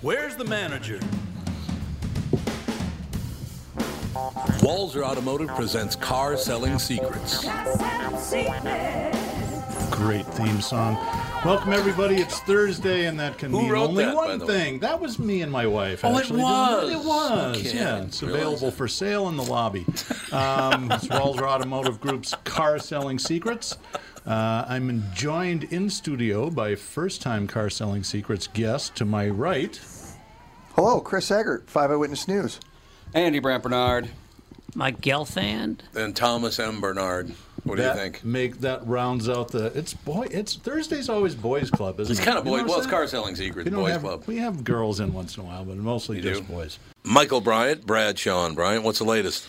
Where's the manager? Walzer Automotive presents Car Selling Secrets. Great theme song. Welcome everybody. It's Thursday, and that can Who mean wrote only that, by one the way? thing. That was me and my wife. Oh, it actually. was. It was. Okay, I yeah, didn't it's realize available that. for sale in the lobby. Um, it's Walzer Automotive Group's Car Selling Secrets. Uh, I'm joined in studio by first-time Car Selling Secrets guest to my right. Hello, Chris Eggert, Five Eyewitness News. Andy Brant Bernard. Mike Gelfand. Then Thomas M. Bernard. What do that you think? Make that rounds out the. It's boy. It's Thursday's always boys club, isn't It's it? kind of You boy. know what Well, I'm it's saying? Car Selling Secrets We don't Boys have- Club. We have girls in once in a while, but mostly just do? boys. Michael Bryant, Brad Sean Bryant. What's the latest?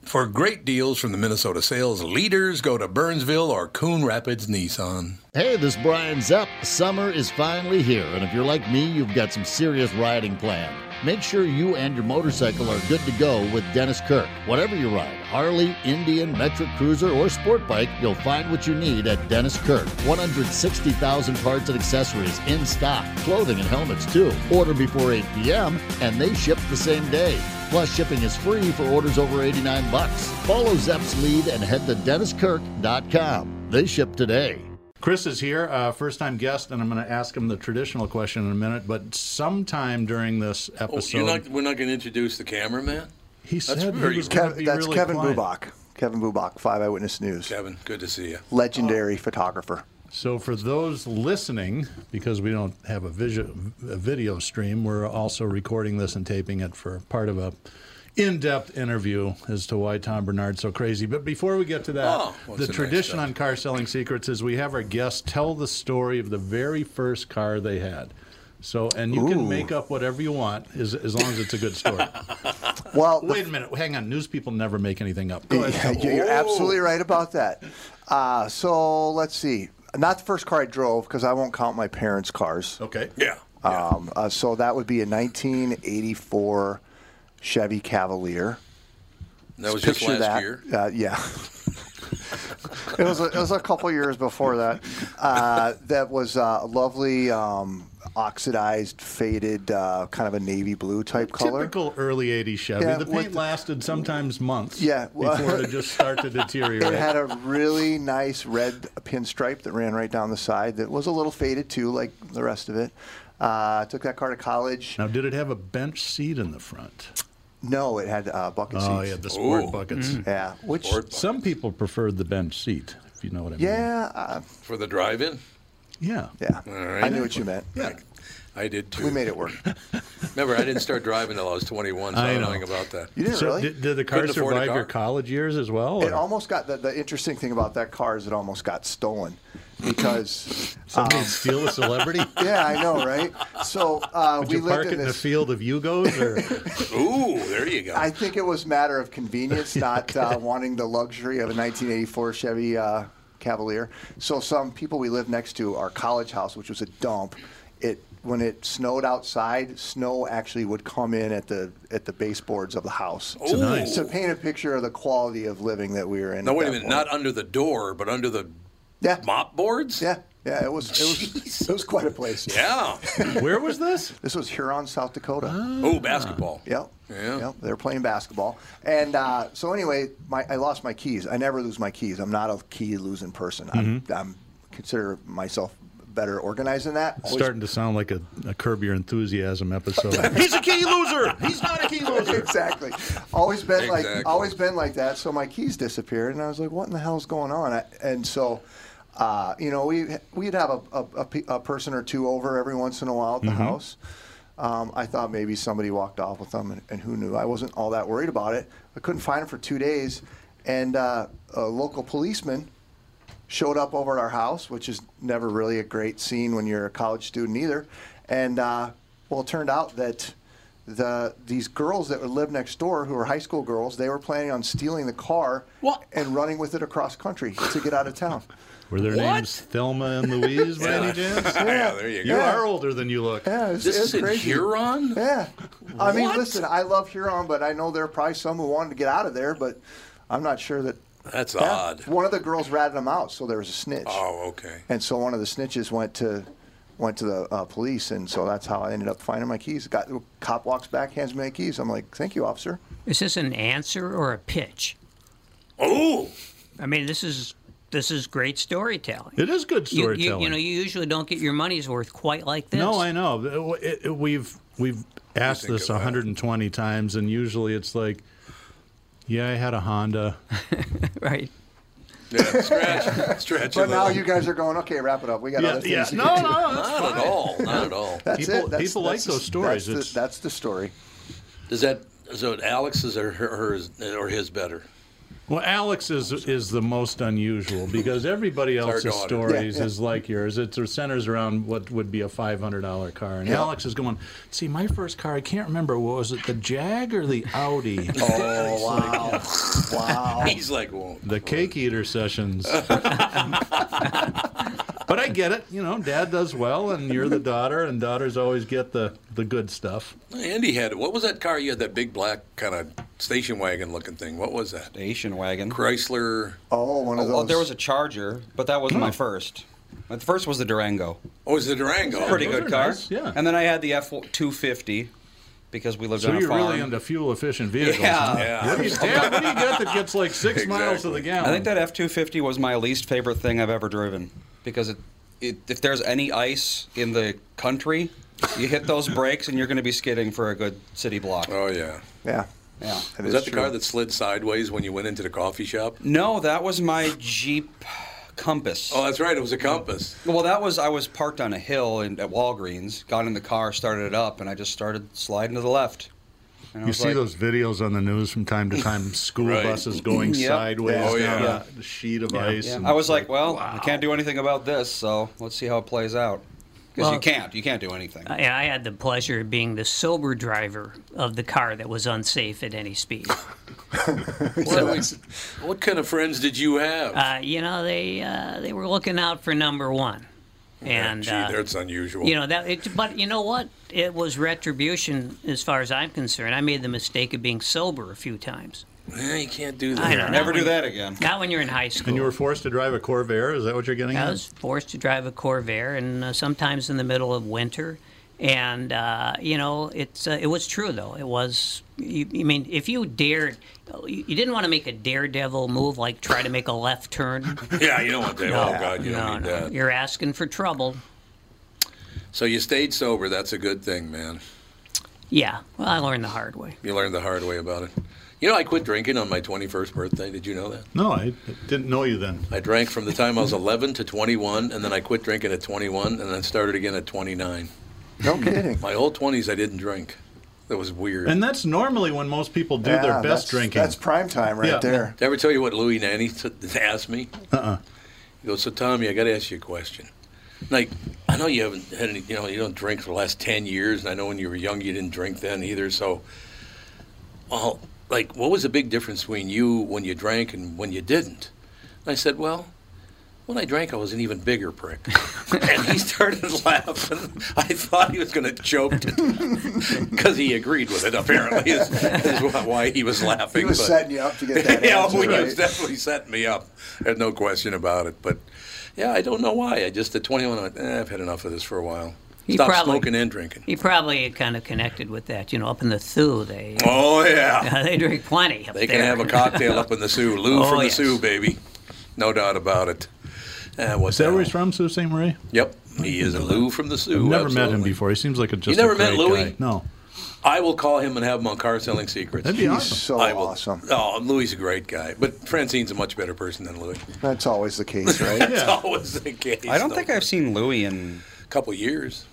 For great deals from the Minnesota sales leaders, go to Burnsville or Coon Rapids Nissan. Hey, this is Brian Zepp. Summer is finally here, and if you're like me, you've got some serious riding planned. Make sure you and your motorcycle are good to go with Dennis Kirk. Whatever you ride Harley, Indian, Metric Cruiser, or Sport Bike you'll find what you need at Dennis Kirk. 160,000 parts and accessories in stock, clothing and helmets too. Order before 8 p.m., and they ship the same day. Plus, shipping is free for orders over 89 bucks. Follow Zepp's lead and head to DennisKirk.com. They ship today. Chris is here, uh, first time guest, and I'm going to ask him the traditional question in a minute. But sometime during this episode, we're Oh, not going to introduce the cameraman? he said very he was Kev- gonna be that's really Kevin quiet. Bubach. Kevin Bubach, Five Eyewitness News. Kevin, good to see Oh. you. Legendary photographer. So, for those listening, because we don't have a, visual, a video stream, we're also recording this and taping it for part of a in-depth interview as to why Tom Bernard's so crazy. But before we get to that, Oh, what's the the next tradition step? on car selling secrets is we have our guests tell the story of the very first car they had. So, and you can Ooh. make up whatever you want as, as long as it's a good story. Well, the Wait a minute. Hang on. News people never make anything up. Yeah, yeah, you're absolutely right about that. Uh, so let's see. Not the first car I drove because I won't count my parents' cars. Okay. Yeah. Um, uh, so that would be a 1984 Chevy Cavalier. That was just Picture last that. year. Uh, yeah. it was a, it was a couple years before that. Uh, that was uh, a lovely um, oxidized, faded, uh, kind of a navy blue type color. Typical early 80s Chevy. Yeah, the with paint lasted sometimes months Yeah, well- before it just started to deteriorate. It had a really nice red pinstripe that ran right down the side that was a little faded too, like the rest of it. Uh, took that car to college. now, did it have a bench seat in the front? No, it had uh, Oh, bucket seats. Mm-hmm. yeah, the sport Ooh. buckets. Yeah, which, Some people preferred the bench seat, if you know what I mean. yeah, uh, For the drive-in? Yeah. yeah. All right. I knew what you meant. Yeah. I did too. We made it work. Remember, I didn't start driving until I was 21, so I, I don't know know. anything about that. You didn't So really. did, did the car Couldn't afford a survive car. your college years as well? It or- almost got the, the interesting thing about that car is it almost got stolen because um, Somebody steal a celebrity? yeah I know right so uh, Would we you lived park it in in a this field of Yugos? Or? Ooh, there you go. I think it was matter of convenience not uh, wanting the luxury of a 1984 Chevy uh, Cavalier so some people we lived next to our college house which was a dump it when it snowed outside snow actually would come in at the at the baseboards of the house Ooh. nice. to paint a picture of the quality of living that we were in Now at wait a that minute, point. not under the door, but under the yeah mop boards. Yeah, yeah, it was it was, it was quite a place. Yeah. Where was this? This was Huron, South Dakota. oh, basketball. Yep. Yeah. Yep. They're playing basketball, and uh, so anyway, my I lost my keys. I never lose my keys. I'm not a key losing person. I'm, Mm-hmm. I'm consider myself better organized than that. Always- Starting to sound like a, a Curb Your Enthusiasm episode. He's a key loser. He's not a key loser. exactly. Always been Exactly. like always been like that. So my keys disappeared, and I was like, "What in the hell's going on?" I, and so, uh, you know, we we'd have a, a, a pe- a person or two over every once in a while at the house. Um, I thought maybe somebody walked off with them, and, and who knew? I wasn't all that worried about it. I couldn't find them for two days, and uh, a local policeman showed up over at our house, which is never really a great scene when you're a college student either. And uh, well, it turned out that the these girls that would live next door, who were high school girls, they were planning on stealing the car What? and running with it across country to get out of town. Were their What? names Thelma and Louise by any chance? Yeah, there you go. You are older than you look. Yeah, it was, This it was is in crazy. Huron? Yeah, I mean, What? listen, I love Huron, but I know there are probably some who wanted to get out of there, but I'm not sure that. That's Yeah. odd. One of the girls ratted them out, so there was a snitch. Oh, okay. And so one of the snitches went to went to the uh, police, and so that's how I ended up finding my keys. Got the cop walks back, hands me my keys. I'm like, "Thank you, officer." Is this an answer or a pitch? Oh, I mean, this is this is great storytelling. It is good You- you- storytelling. You, know, you usually don't get your money's worth quite like this. No, I know. It- it- we've we've asked think this about it. 120 times, and usually it's like, yeah, I had a Honda. Right. yeah. Stretch, stretch. But now you guys are going, "Okay, wrap it up. We got other things." to No, get to." no. that's- Not at all. Not at all. That's People- it. That's, people that's like those the- stories. That's It's- the, that's the story. Does that so? Alex is or her, her or his better? Well, Alex is is the most unusual because everybody our else's daughter. stories Yeah, yeah. is like yours. It centers around what would be a $500 car, and Yeah. Alex is going. See, my first car, I can't remember. What was it the Jag or the Audi? Oh wow, wow. He's like, well, The cake eater sessions. but I get it. You know, dad does well, and you're the daughter, and daughters always get the, the good stuff. Andy had what was that car? You had that big black kind of station wagon looking thing. What was that? Station wagon. Chrysler. Oh, one of Oh, those. oh, there was a Charger, but that wasn't my Hmm. first. My first was the Durango. Oh, it was the Durango. Pretty those good are car. nice, yeah. And then I had the F two fifty because we lived So on a you're farm. really into fuel efficient vehicles. Yeah. huh? Yeah. What do you, dad, what do you get that gets like six miles to the Exactly. gallon? I think that F two fifty was my least favorite thing I've ever driven because it, it if there's any ice in the country, you hit those brakes and you're going to be skidding for a good city block. Oh yeah. yeah. Yeah. It Was is that the true. car that slid sideways when you went into the coffee shop? No, that was my Jeep Compass. Oh, that's right. It was a Compass. Well, that was I was parked on a hill in, at Walgreens, got in the car, started it up, and I just started sliding to the left. And I You was see like, those videos on the news from time to time, school Right. buses going Yep. sideways Oh, yeah. down Yeah. a sheet of ice. Yeah. and I was it's like, well, I can't do anything about this, so let's see how it plays out. because Well- you can't. You can't do anything. I, I had the pleasure of being the sober driver of the car that was unsafe at any speed. What, what kind of friends did you have? Uh, you know, they uh, they were looking out for number one, and Gee, uh, that's unusual. you know that. It, but you know what? It was retribution, as far as I'm concerned. I made the mistake of being sober a few times. Eh, you can't do that. I know, Never not do when- that again. Not when you're in high school. And you were forced to drive a Corvair? Is that what you're getting I at? was forced to drive a Corvair, and uh, sometimes in the middle of winter. And uh, you know, it's uh, it was true though. It was. You, you mean if you dared, you, you didn't want to make a daredevil move like try to make a left turn. Yeah, you don't want that. oh God, you no, don't need no, that. you're asking for trouble. So you stayed sober. That's a good thing, man. Yeah, well, I learned the hard way. You learned the hard way about it. You know, I quit drinking on my 21st birthday. Did you know that? No, I didn't know you then. I drank from the time I was 11 to 21, and then I quit drinking at 21, and then started again at 29. No kidding. My whole 20s, I didn't drink. That was weird. And that's normally when most people do Yeah, their best that's- drinking. That's prime time right Yeah. Uh-uh. there. Did I ever tell you what Louis Nanny t- asked me? Uh uh He goes, So, Tommy, I got to ask you a question. Like, I know you haven't had any, you know, you don't drink for the last 10 years, and I know when you were young, you didn't drink then either. So, well, like, what was the big difference between you when you drank and when you didn't? And I said, Well, when I drank, I was an even bigger prick. and he started laughing. I thought he was going to choke because he agreed with it, apparently, is, is why he was laughing. He was but- setting you up to get that yeah, answer, well, he right? was definitely setting me up. There's no question about it. But yeah, I don't know why. I just at 21, I went, eh, I've had enough of this for a while. He Stop probably- smoking and drinking. He probably kind of connected with that. You know, up in the Sioux, they Oh yeah, they drink plenty. Up they there. can have a cocktail up in the Sioux. Lou Oh, from the yes. Sioux, baby, no doubt about it. Uh, what's Is that where hell? he's from, Sault Ste. Marie? Yep, he is a Lou from the Sioux. I've never met him absolutely. before. He seems like a just never a met great Louis? guy. No. I will call him and have him on Car Selling Secrets. That'd be He's awesome. so I will. awesome. Oh, Louis a great guy, but Francine's a much better person than Louis. That's always the case, right? That's always the case. I don't though. think I've seen Louis in a couple years.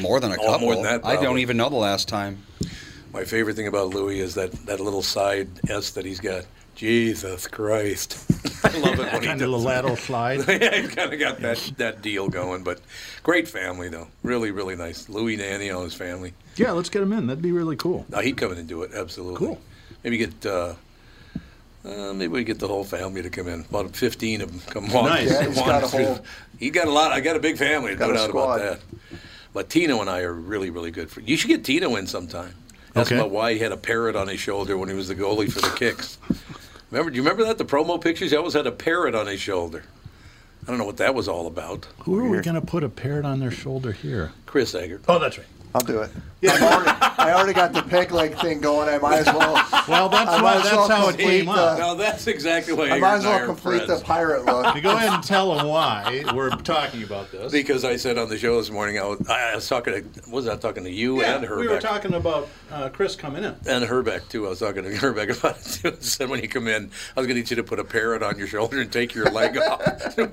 more than a Oh, couple. more than that, I don't probably. even know the last time. My favorite thing about Louis is that, that little side S that he's got. Jesus Christ. I love it when he Kind of a does. lateral slide. Yeah, he's kind of got that, that deal going, but great family, though. Really, really nice. Louis Nanny and his family. yeah, let's get him in. That'd be really cool. No, he'd come in and do it, absolutely. Cool. Maybe get, uh, uh, maybe we get the whole family to come in. About 15 of them come walk. Nice. Yeah, he's walk got a through. whole- He got a lot. I got a big family, Got no a doubt about squad. that. But Tino and I are really, really good. For, you should get Tino in sometime. That's Okay. about why he had a parrot on his shoulder when he was the goalie for the Kicks. Remember? Do you remember that? The promo pictures? He always had a parrot on his shoulder. I don't know what that was all about. Who are we going to put a parrot on their shoulder here? Chris Eggert. Oh, that's right. I'll do it. I've already, I already got the peg leg thing going. I might as well. Well, that's, I why, might as well that's how it complete came up. the- Now that's exactly why I Eggert might as and I well are complete friends. the pirate look. You go ahead and tell them why we're talking about this. Because I said on the show this morning, I was, I was talking to, was I talking to you Yeah, and Herbeck? we were talking about uh, Chris coming in. and Herbeck too. I was talking to Herbeck about it too. I said when you come in, I was going to need you to put a parrot on your shoulder and take your leg off.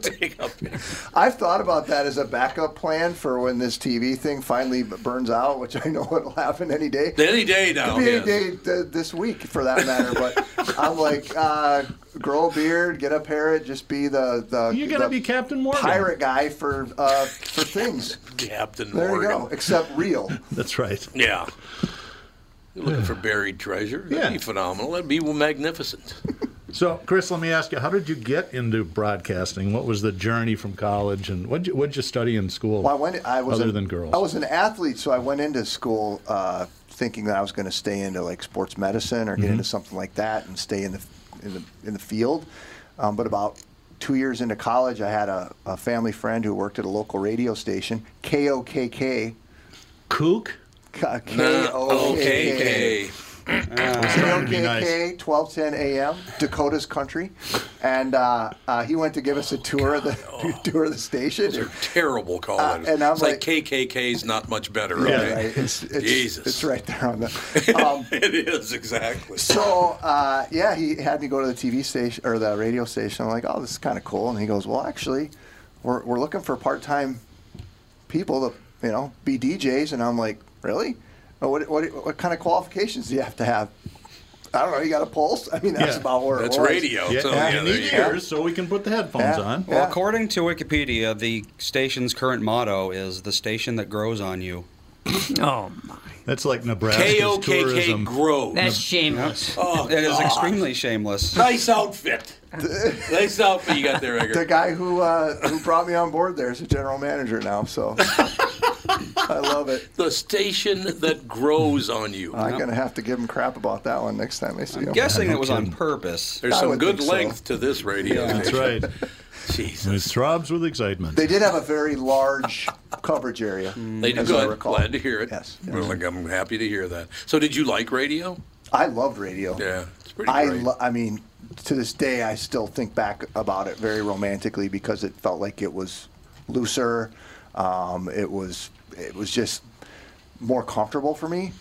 take a picture. I've thought about that as a backup plan for when this TV thing finally b- burns out, which I know it'll happen any day. Any day now. be yes. any day th- this week for that matter. But I'm like, uh, grow a beard, get a parrot, just be the the You're going to the be Captain Morgan. pirate guy for uh, for things. Captain There Morgan. you go. Except real. That's right. Yeah. You're looking for buried treasure. That'd Yeah. be phenomenal. That'd be magnificent. So, Chris, let me ask you: How did you get into broadcasting? What was the journey from college, and what you, what'd you study in school? Well, I went. I was other an- than girls. I was an athlete, so I went into school uh, thinking that I was going to stay into like sports medicine or get Mm-hmm. into something like that and stay in the in the in the field. Um, but about two years into college, I had a, a family friend who worked at a local radio station, KOKK. kook. K-O-K-K. That would Ah. be nice. KOKK, 1210 AM, Dakota's Country. And uh, uh, he went to give us a tour of the tour of the station. They're terrible callers. Uh, and I'm it's like, like- KKK's not much better. Yeah, okay? Right, It's, it's, Jesus. it's right there on the. Um, It is exactly. so uh, yeah, he had me go to the TV station or the radio station. I'm like, oh, this is kind of cool. And he goes, well, actually, we're we're looking for part time people to you know be DJs. And I'm like, really? Oh, What what what kind of qualifications do you have to have? I don't know. You got a pulse? I mean, that's Yeah. about where That's it was. radio. Yeah, so, and yeah, we there need you go. ears so we can put the headphones Yeah. on. Well, according to Wikipedia, the station's current motto is "the station that grows on you." Oh, my. That's like Nebraska's KOKK tourism. grows. that's shameless. oh, It is extremely shameless. nice outfit. nice outfit you got there, The Edgar. guy who uh, who brought me on board there is a general manager now, so I love it. The station that grows on you. I'm gonna have to give him crap about that one next time I see him. Guessing it was on purpose. There's I some would good think so. length to this radio That's station. right. It Jesus. throbs with excitement. They did have a very large coverage area. Mm. They did as I good. recall. Glad to hear it. Yes, yes. Well, like, I'm happy to hear that. So, did you like radio? I loved radio. Yeah, it's pretty I, great. lo- I mean, to this day, I still think back about it very romantically because it felt like it was looser. Um, it was it was just more comfortable for me.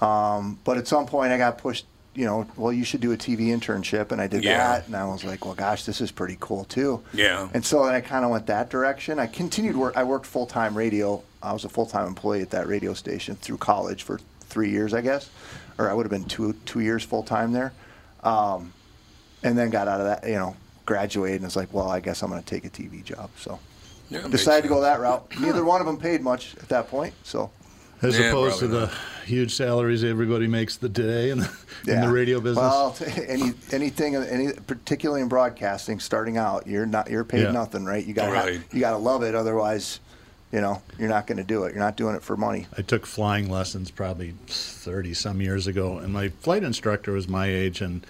Um, but at some point, I got pushed. You know, well, you should do a TV internship, and I did Yeah. that, and I was like, well, gosh, this is pretty cool too. Yeah. And so, and I kind of went that direction. I continued work. I worked full time radio. I was a full time employee at that radio station through college for three years, I guess, or I would have been two two years full time there Um, and then got out of that, you know, graduated and was like, well, I guess I'm going to take a TV job. So Yeah, it decided to makes go sense. that route. Neither one of them paid much at that point. So As Yeah, opposed to probably the huge salaries everybody makes the day in the, in the radio business. Well, any anything, any particularly in broadcasting, starting out, you're not you're paid Yeah. nothing, right? You got Right. to you got to love it, otherwise, you know, you're not going to do it. You're not doing it for money. I took flying lessons probably 30 some years ago, and my flight instructor was my age, and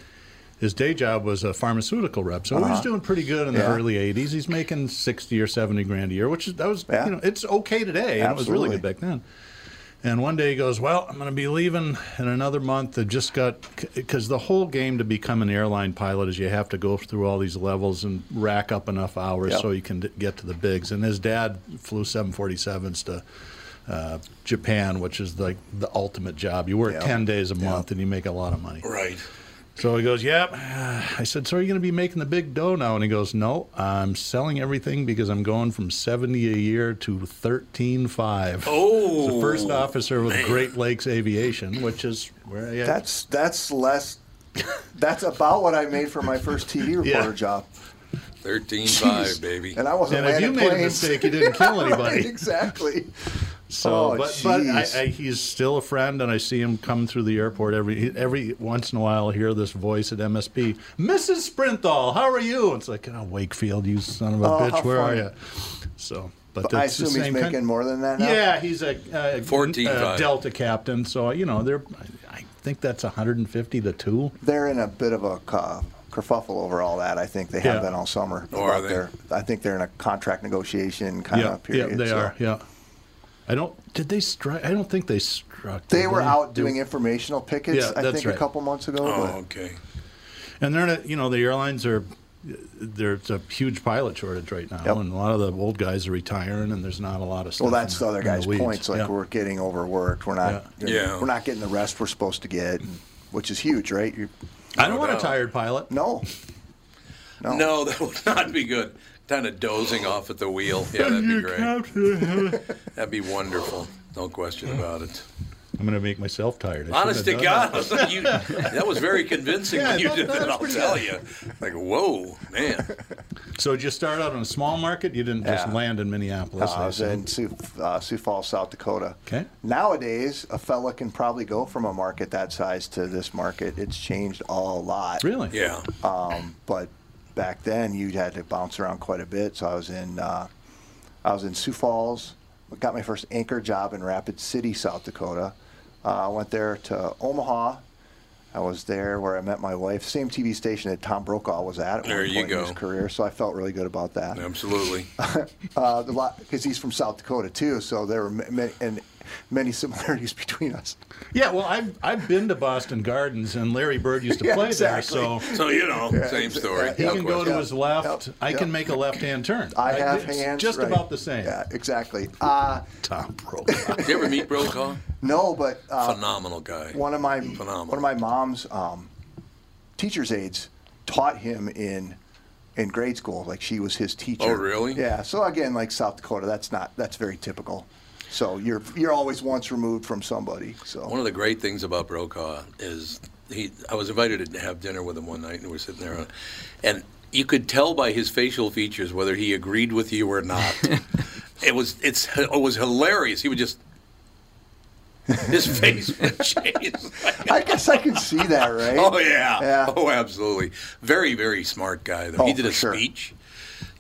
his day job was a pharmaceutical rep. So Uh-huh. he was doing pretty good in the Yeah. early 80s. He's making 60 or 70 grand a year, which is, that was, Yeah. you know, it's okay today. And it was really Absolutely. good back then. And one day he goes, Well, I'm going to be leaving in another month. I just got, because the whole game to become an airline pilot is you have to go through all these levels and rack up enough hours Yep. so you can d- get to the bigs. And his dad flew 747s to uh, Japan, which is like the ultimate job. You work Yeah. 10 days a month and you make a lot of money. Right. So he goes, Yep. I said, So are you going to be making the big dough now? And he goes, No, I'm selling everything because I'm going from 70 a year to 13.5. Oh, He's the first officer with Great Lakes Aviation, which is where I That's that's less. That's about what I made for my first TV reporter Yeah. job. Jeez. 13.5, baby. And I wasn't And if you landing made a planes. mistake, you didn't kill Right, anybody. exactly. So, Oh, but, but I, jeez. I, he's still a friend, and I see him come through the airport every every once in a while. I hear this voice at MSP, Mrs. Sprinthal, how are you? And it's like, oh, Wakefield, you son of a Oh, how bitch, where are funny. you? So, but, I it's the assume he's same kind- making more than that now. Yeah, he's a, a uh, 14 a five. Delta captain, so you know they're. I think that's 150 to two. they're in a bit of a ca- kerfuffle over all that. I think they have Yeah. been all summer. Oh, are about they? Their, I think they're in a contract negotiation kind yeah, of period. Yeah, they so. are. Yeah. I don't. Did they strike? I don't think they struck. They did were out doing They- informational pickets. Yeah, I that's think right. a couple months ago. Oh, but okay. And they're not. You know, the airlines are. There's a huge pilot shortage right now, Yep. and a lot of the old guys are retiring, and there's not a lot of stuff. well, that's in the other in the guy's weeds. points. Like Yeah. we're getting overworked. We're not. Yeah. Yeah. We're not getting the rest we're supposed to get, and- which is huge, right? You're, I don't No want a doubt. tired pilot. no. No. No, that would not be good. Kind of dozing off at the wheel. Yeah, that'd be great. That'd be wonderful. No question about it. I'm going to make myself tired. I Honest to shouldn't have God, done that. you, that was very convincing Yeah, when you that- did that that. was I'll pretty tell you, like, whoa, man. So did you start out in a small market? You didn't just Yeah. land in Minneapolis. I was I in Sioux, uh, Sioux Falls, South Dakota. Okay. Nowadays, a fella can probably go from a market that size to this market. It's changed a lot. Really? Yeah. Um, but back then, you had to bounce around quite a bit. So I was in, uh, I was in Sioux Falls. Got my first anchor job in Rapid City, South Dakota. Uh, I went there to Omaha. I was there where I met my wife. Same TV station that Tom Brokaw was at. at There one you point in his go. career, so I felt really good about that Uh, Absolutely. because he's from South Dakota too. So there were ma- ma- and many similarities between us. Yeah. Well, I've I've been to Boston Gardens, and Larry Bird used to Yeah, play exactly. there, so So, you know, same story. He no can go question. to his left. Yep. I can Yep. make a left-hand turn. I Right? have It's hands Just right. about the same. Yeah, exactly. Uh, Tom Brokaw. Did you ever meet Brokaw? no, but uh, Phenomenal guy. one of my Phenomenal. one of my mom's um, teachers' aides taught him in in grade school. Like she was his teacher. Oh, really? Yeah. So again, like South Dakota, that's not that's very typical. So you're you're always once removed from somebody. So One of the great things about Brokaw is he I was invited to have dinner with him one night, and we were sitting there, and you could tell by his facial features whether he agreed with you or not. it was it's it was hilarious. He would just his face would change. I guess I can see that, right? Oh yeah. Yeah. Oh, absolutely. Very, very smart guy. Though he Oh, did a for sure. speech.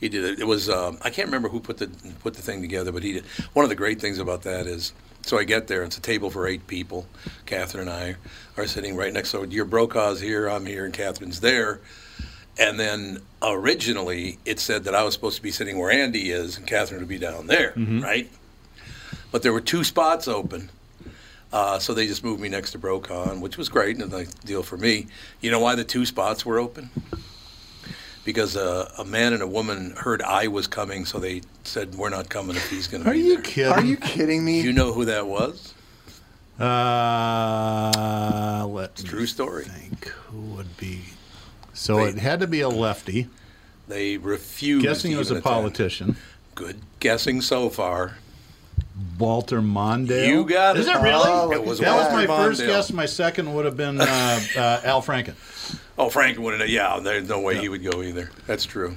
He did it. It was um, I can't remember who put the put the thing together, but he did. One of the great things about that is, so I get there. It's a table for eight people. Catherine and I are sitting right next. So your Brokaw's here, I'm here, and Catherine's there. And then originally it said that I was supposed to be sitting where Andy is, and Catherine would be down there, Mm-hmm. right? But there were two spots open. Uh, so they just moved me next to Brokaw, and- which was great and a nice deal for me. You know why the two spots were open? Because uh, a man and a woman heard I was coming, so they said, "We're not coming if he's going to Are be you there." kidding? Are you kidding me? You know who that was? Uh, let's True story. think who would be. So Wait. it had to be a lefty. They refused. Guessing to it was even a attend. politician. Good guessing so far. Walter Mondale. You got Is it. it really? Oh, it was that was my Walter first Mondale. guess. My second would have been uh, uh, Al Franken. Oh, Frank wouldn't. have- Yeah, there's no way he would go either. That's true.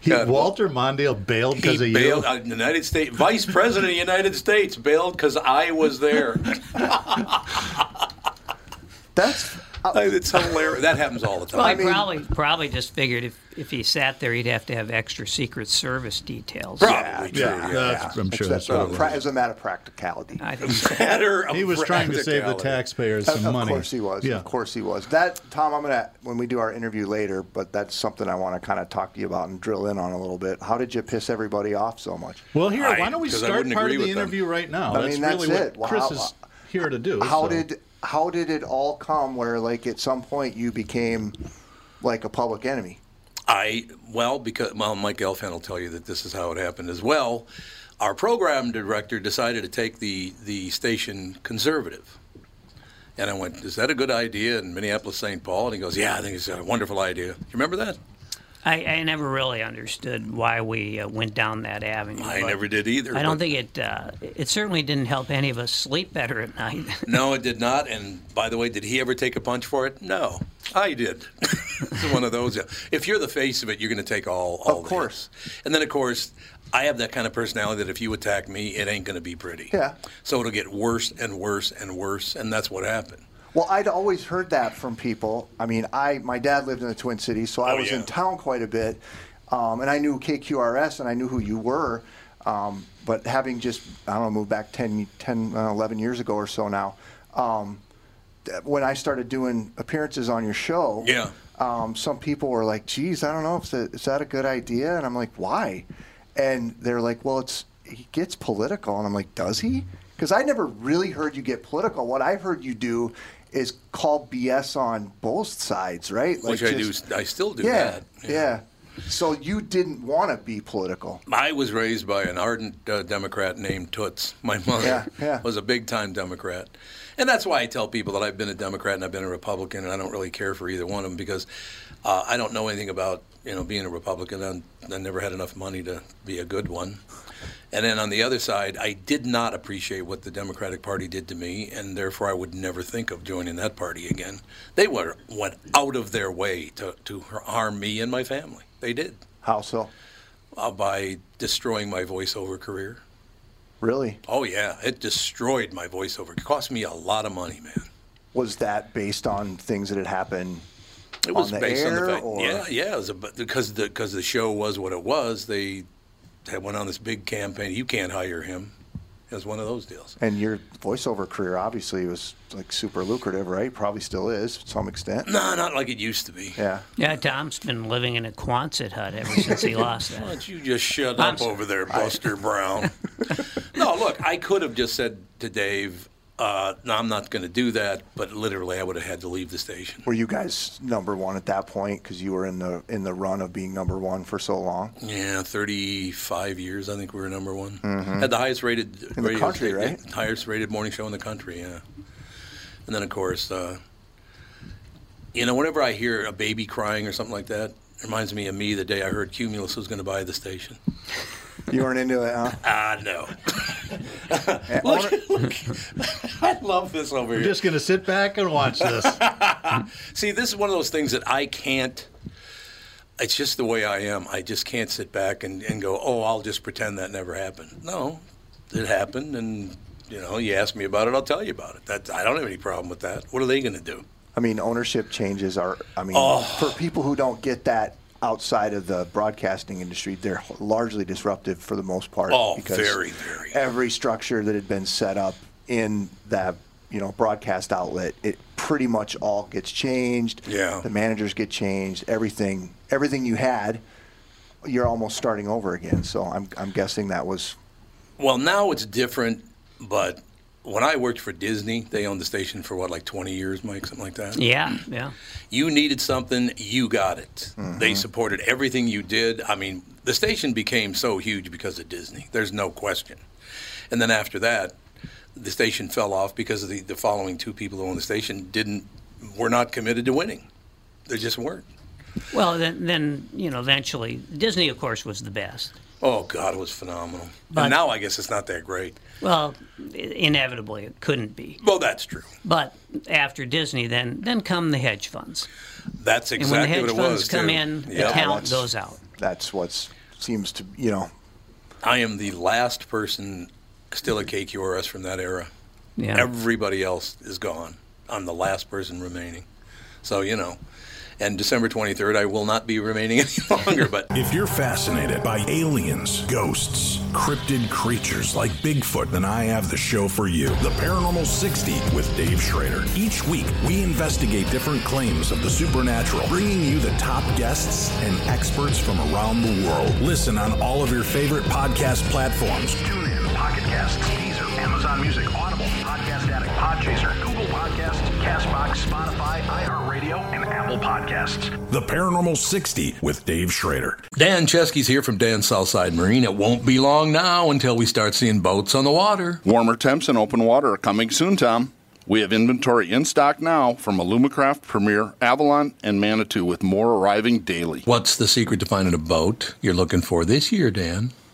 He, God. Walter Mondale bailed He because of bailed. you. Uh, United States Vice President of the United States bailed because I was there. That's uh, it's hilarious. That happens all the time. Well, he probably probably just figured if, if he sat there, he'd have to have extra Secret Service details. Probably true. Yeah, Yeah, that's- I'm sure that's that's what a, it pra- was. it's a matter of practicality. I think so. Matter of He was trying to save the practicality. taxpayers Of- some of money. course he was. Yeah. Of course he was. That Tom, I'm gonna when we do our interview later, but that's something I want to kind of talk to you about and drill in on a little bit. How did you piss everybody off so much? Well, here, I- why don't we 'cause I start wouldn't part of agree the with them. interview right now? I mean, that's really that's what it. Well, Chris how- is here to do. How so. did how did it all come? Where like at some point you became like a public enemy? I well because well Mike Gelfand will tell you that this is how it happened as well. Our program director decided to take the the station conservative, and I went, "Is that a good idea?" In Minneapolis, St. Paul, and he goes, "Yeah, I think it's a wonderful idea." You remember that? I, I never really understood why we uh, went down that avenue. I but never did either. I don't but- think it. Uh, it certainly didn't help any of us sleep better at night. No, it did not. And by the way, did he ever take a punch for it? No, I did. it's one of those. If you're the face of it, you're going to take all. all Of the course. hits. And then, of course, I have that kind of personality that if you attack me, it ain't going to be pretty. Yeah. So it'll get worse and worse and worse, and that's what happened. Well, I'd always heard that from people. I mean, I my dad lived in the Twin Cities, so I Oh, was yeah. in town quite a bit, um, and I knew KQRS and I knew who you were. Um, but having just I don't know moved back 10, 10 uh, 11 years ago or so now, um, th- when I started doing appearances on your show, Yeah. um, some people were like, "Geez, I don't know if that, is that a good idea," and I'm like, "Why?" And they're like, "Well, it's he gets political," and I'm like, "Does he?" Because I never really heard you get political. What I've heard you do is call BS on both sides, right? Which I do. I still do Yeah, that. yeah, So you didn't want to be political. I was raised by an ardent uh, Democrat named Toots. My mother Yeah, yeah. was a big time Democrat. And that's why I tell people that I've been a Democrat and I've been a Republican, and I don't really care for either one of them because uh, I don't know anything about you know being a Republican. i I never had enough money to be a good one. And then on the other side, I did not appreciate what the Democratic Party did to me, and therefore I would never think of joining that party again. They were, went out of their way to, to harm me and my family. They did How so? uh, by destroying my voiceover career. Really? Oh yeah, it destroyed my voiceover. It cost me a lot of money, man. Was that based on things that had happened? It was the based on air, the fact, or- yeah, yeah, it was a, but because the because the show was what it was. They had went on this big campaign. You can't hire him. It was one of those deals. And your voiceover career obviously was like super lucrative, right? Probably still is to some extent. No, not like it used to be. Yeah. yeah, Tom's been living in a Quonset hut ever since he lost Why that. don't you just shut I'm up sorry. over there, Buster Brown? no, look, I could have just said to Dave, uh, "No, I'm not going to do that." But literally, I would have had to leave the station. Were you guys number one at that point because you were in the in the run of being number one for so long? Yeah, 35 years, I think we were number one. Had the highest rated Mm-hmm. In the country, sta- right? yeah, highest rated morning show in the country, yeah. And then, of course, uh, you know, whenever I hear a baby crying or something like that, it reminds me of me the day I heard Cumulus was going to buy the station. You weren't into it, huh? Ah, no. look, look, I love this over I'm here. just going to sit back and watch this. See, this is one of those things that I can't. It's just the way I am. I just can't sit back and, and go, oh, I'll just pretend that never happened. No, it happened, and you know, you ask me about it, I'll tell you about it. That I don't have any problem with that. What are they going to do? I mean, ownership changes are. I mean, for people who don't get that outside of the broadcasting industry, they're largely disruptive for the most part. Oh, very, very. Every structure that had been set up in that you know broadcast outlet, it pretty much all gets changed. Yeah. The managers get changed. Everything, everything you had, you're almost starting over again. So I'm, I'm guessing that was Well, now it's different, but when I worked for Disney, they owned the station for what, like 20 years, Mike, something like that? Yeah, yeah. You needed something, you got it. They supported everything you did. I mean, the station became so huge because of Disney. There's no question. And then after that, the station fell off because of the, the following two people who owned the station didn't were not committed to winning. They just weren't. Well, then, then you know, eventually Disney, of course, was the best. Oh God, it was phenomenal. But- and now I guess it's not that great. Well, i- inevitably it couldn't be. Well, that's true. But after Disney, then then come the hedge funds, That's and exactly when the hedge what it funds was. come too. in, the Yep. talent That's- goes out. that's what's seems to you know I am the last person still at KQRS from that era. Yeah. Everybody else is gone. I'm the last person remaining. So, you know. And December 23rd, I will not be remaining any longer, but If you're fascinated by aliens, ghosts, cryptid creatures like Bigfoot, then I have the show for you The Paranormal 60 with Dave Schrader. Each week, we investigate different claims of the supernatural, bringing you the top guests and experts from around the world. Listen on all of your favorite podcast platforms. Tune in, Pocket Casts, Deezer, Amazon Music, Audible, Podcast Addict, Podchaser, Google Podcasts, Castbox, Spotify, iHeartRadio, and Apple Podcasts. The Paranormal 60 with Dave Schrader. Dan Chesky's here from Dan's Southside Marine. It won't be long now until we start seeing boats on the water. Warmer temps and open water are coming soon, Tom. We have inventory in stock now from Alumacraft, Premier, Avalon, and Manitou, with more arriving daily. What's the secret to finding a boat you're looking for this year, Dan?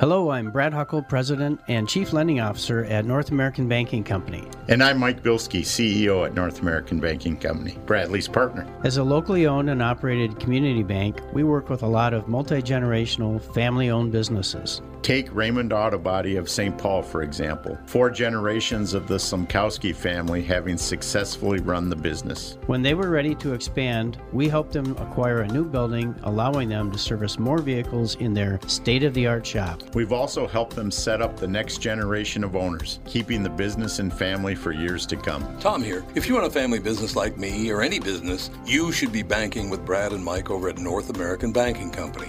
Hello, I'm Brad Huckle, President and Chief Lending Officer at North American Banking Company. And I'm Mike Bilski, CEO at North American Banking Company, Bradley's partner. As a locally owned and operated community bank, we work with a lot of multi generational, family owned businesses. Take Raymond Auto Body of St. Paul, for example. Four generations of the Sumkowski family having successfully run the business. When they were ready to expand, we helped them acquire a new building, allowing them to service more vehicles in their state of the art shop. We've also helped them set up the next generation of owners, keeping the business and family for years to come. Tom here. If you run a family business like me or any business, you should be banking with Brad and Mike over at North American Banking Company.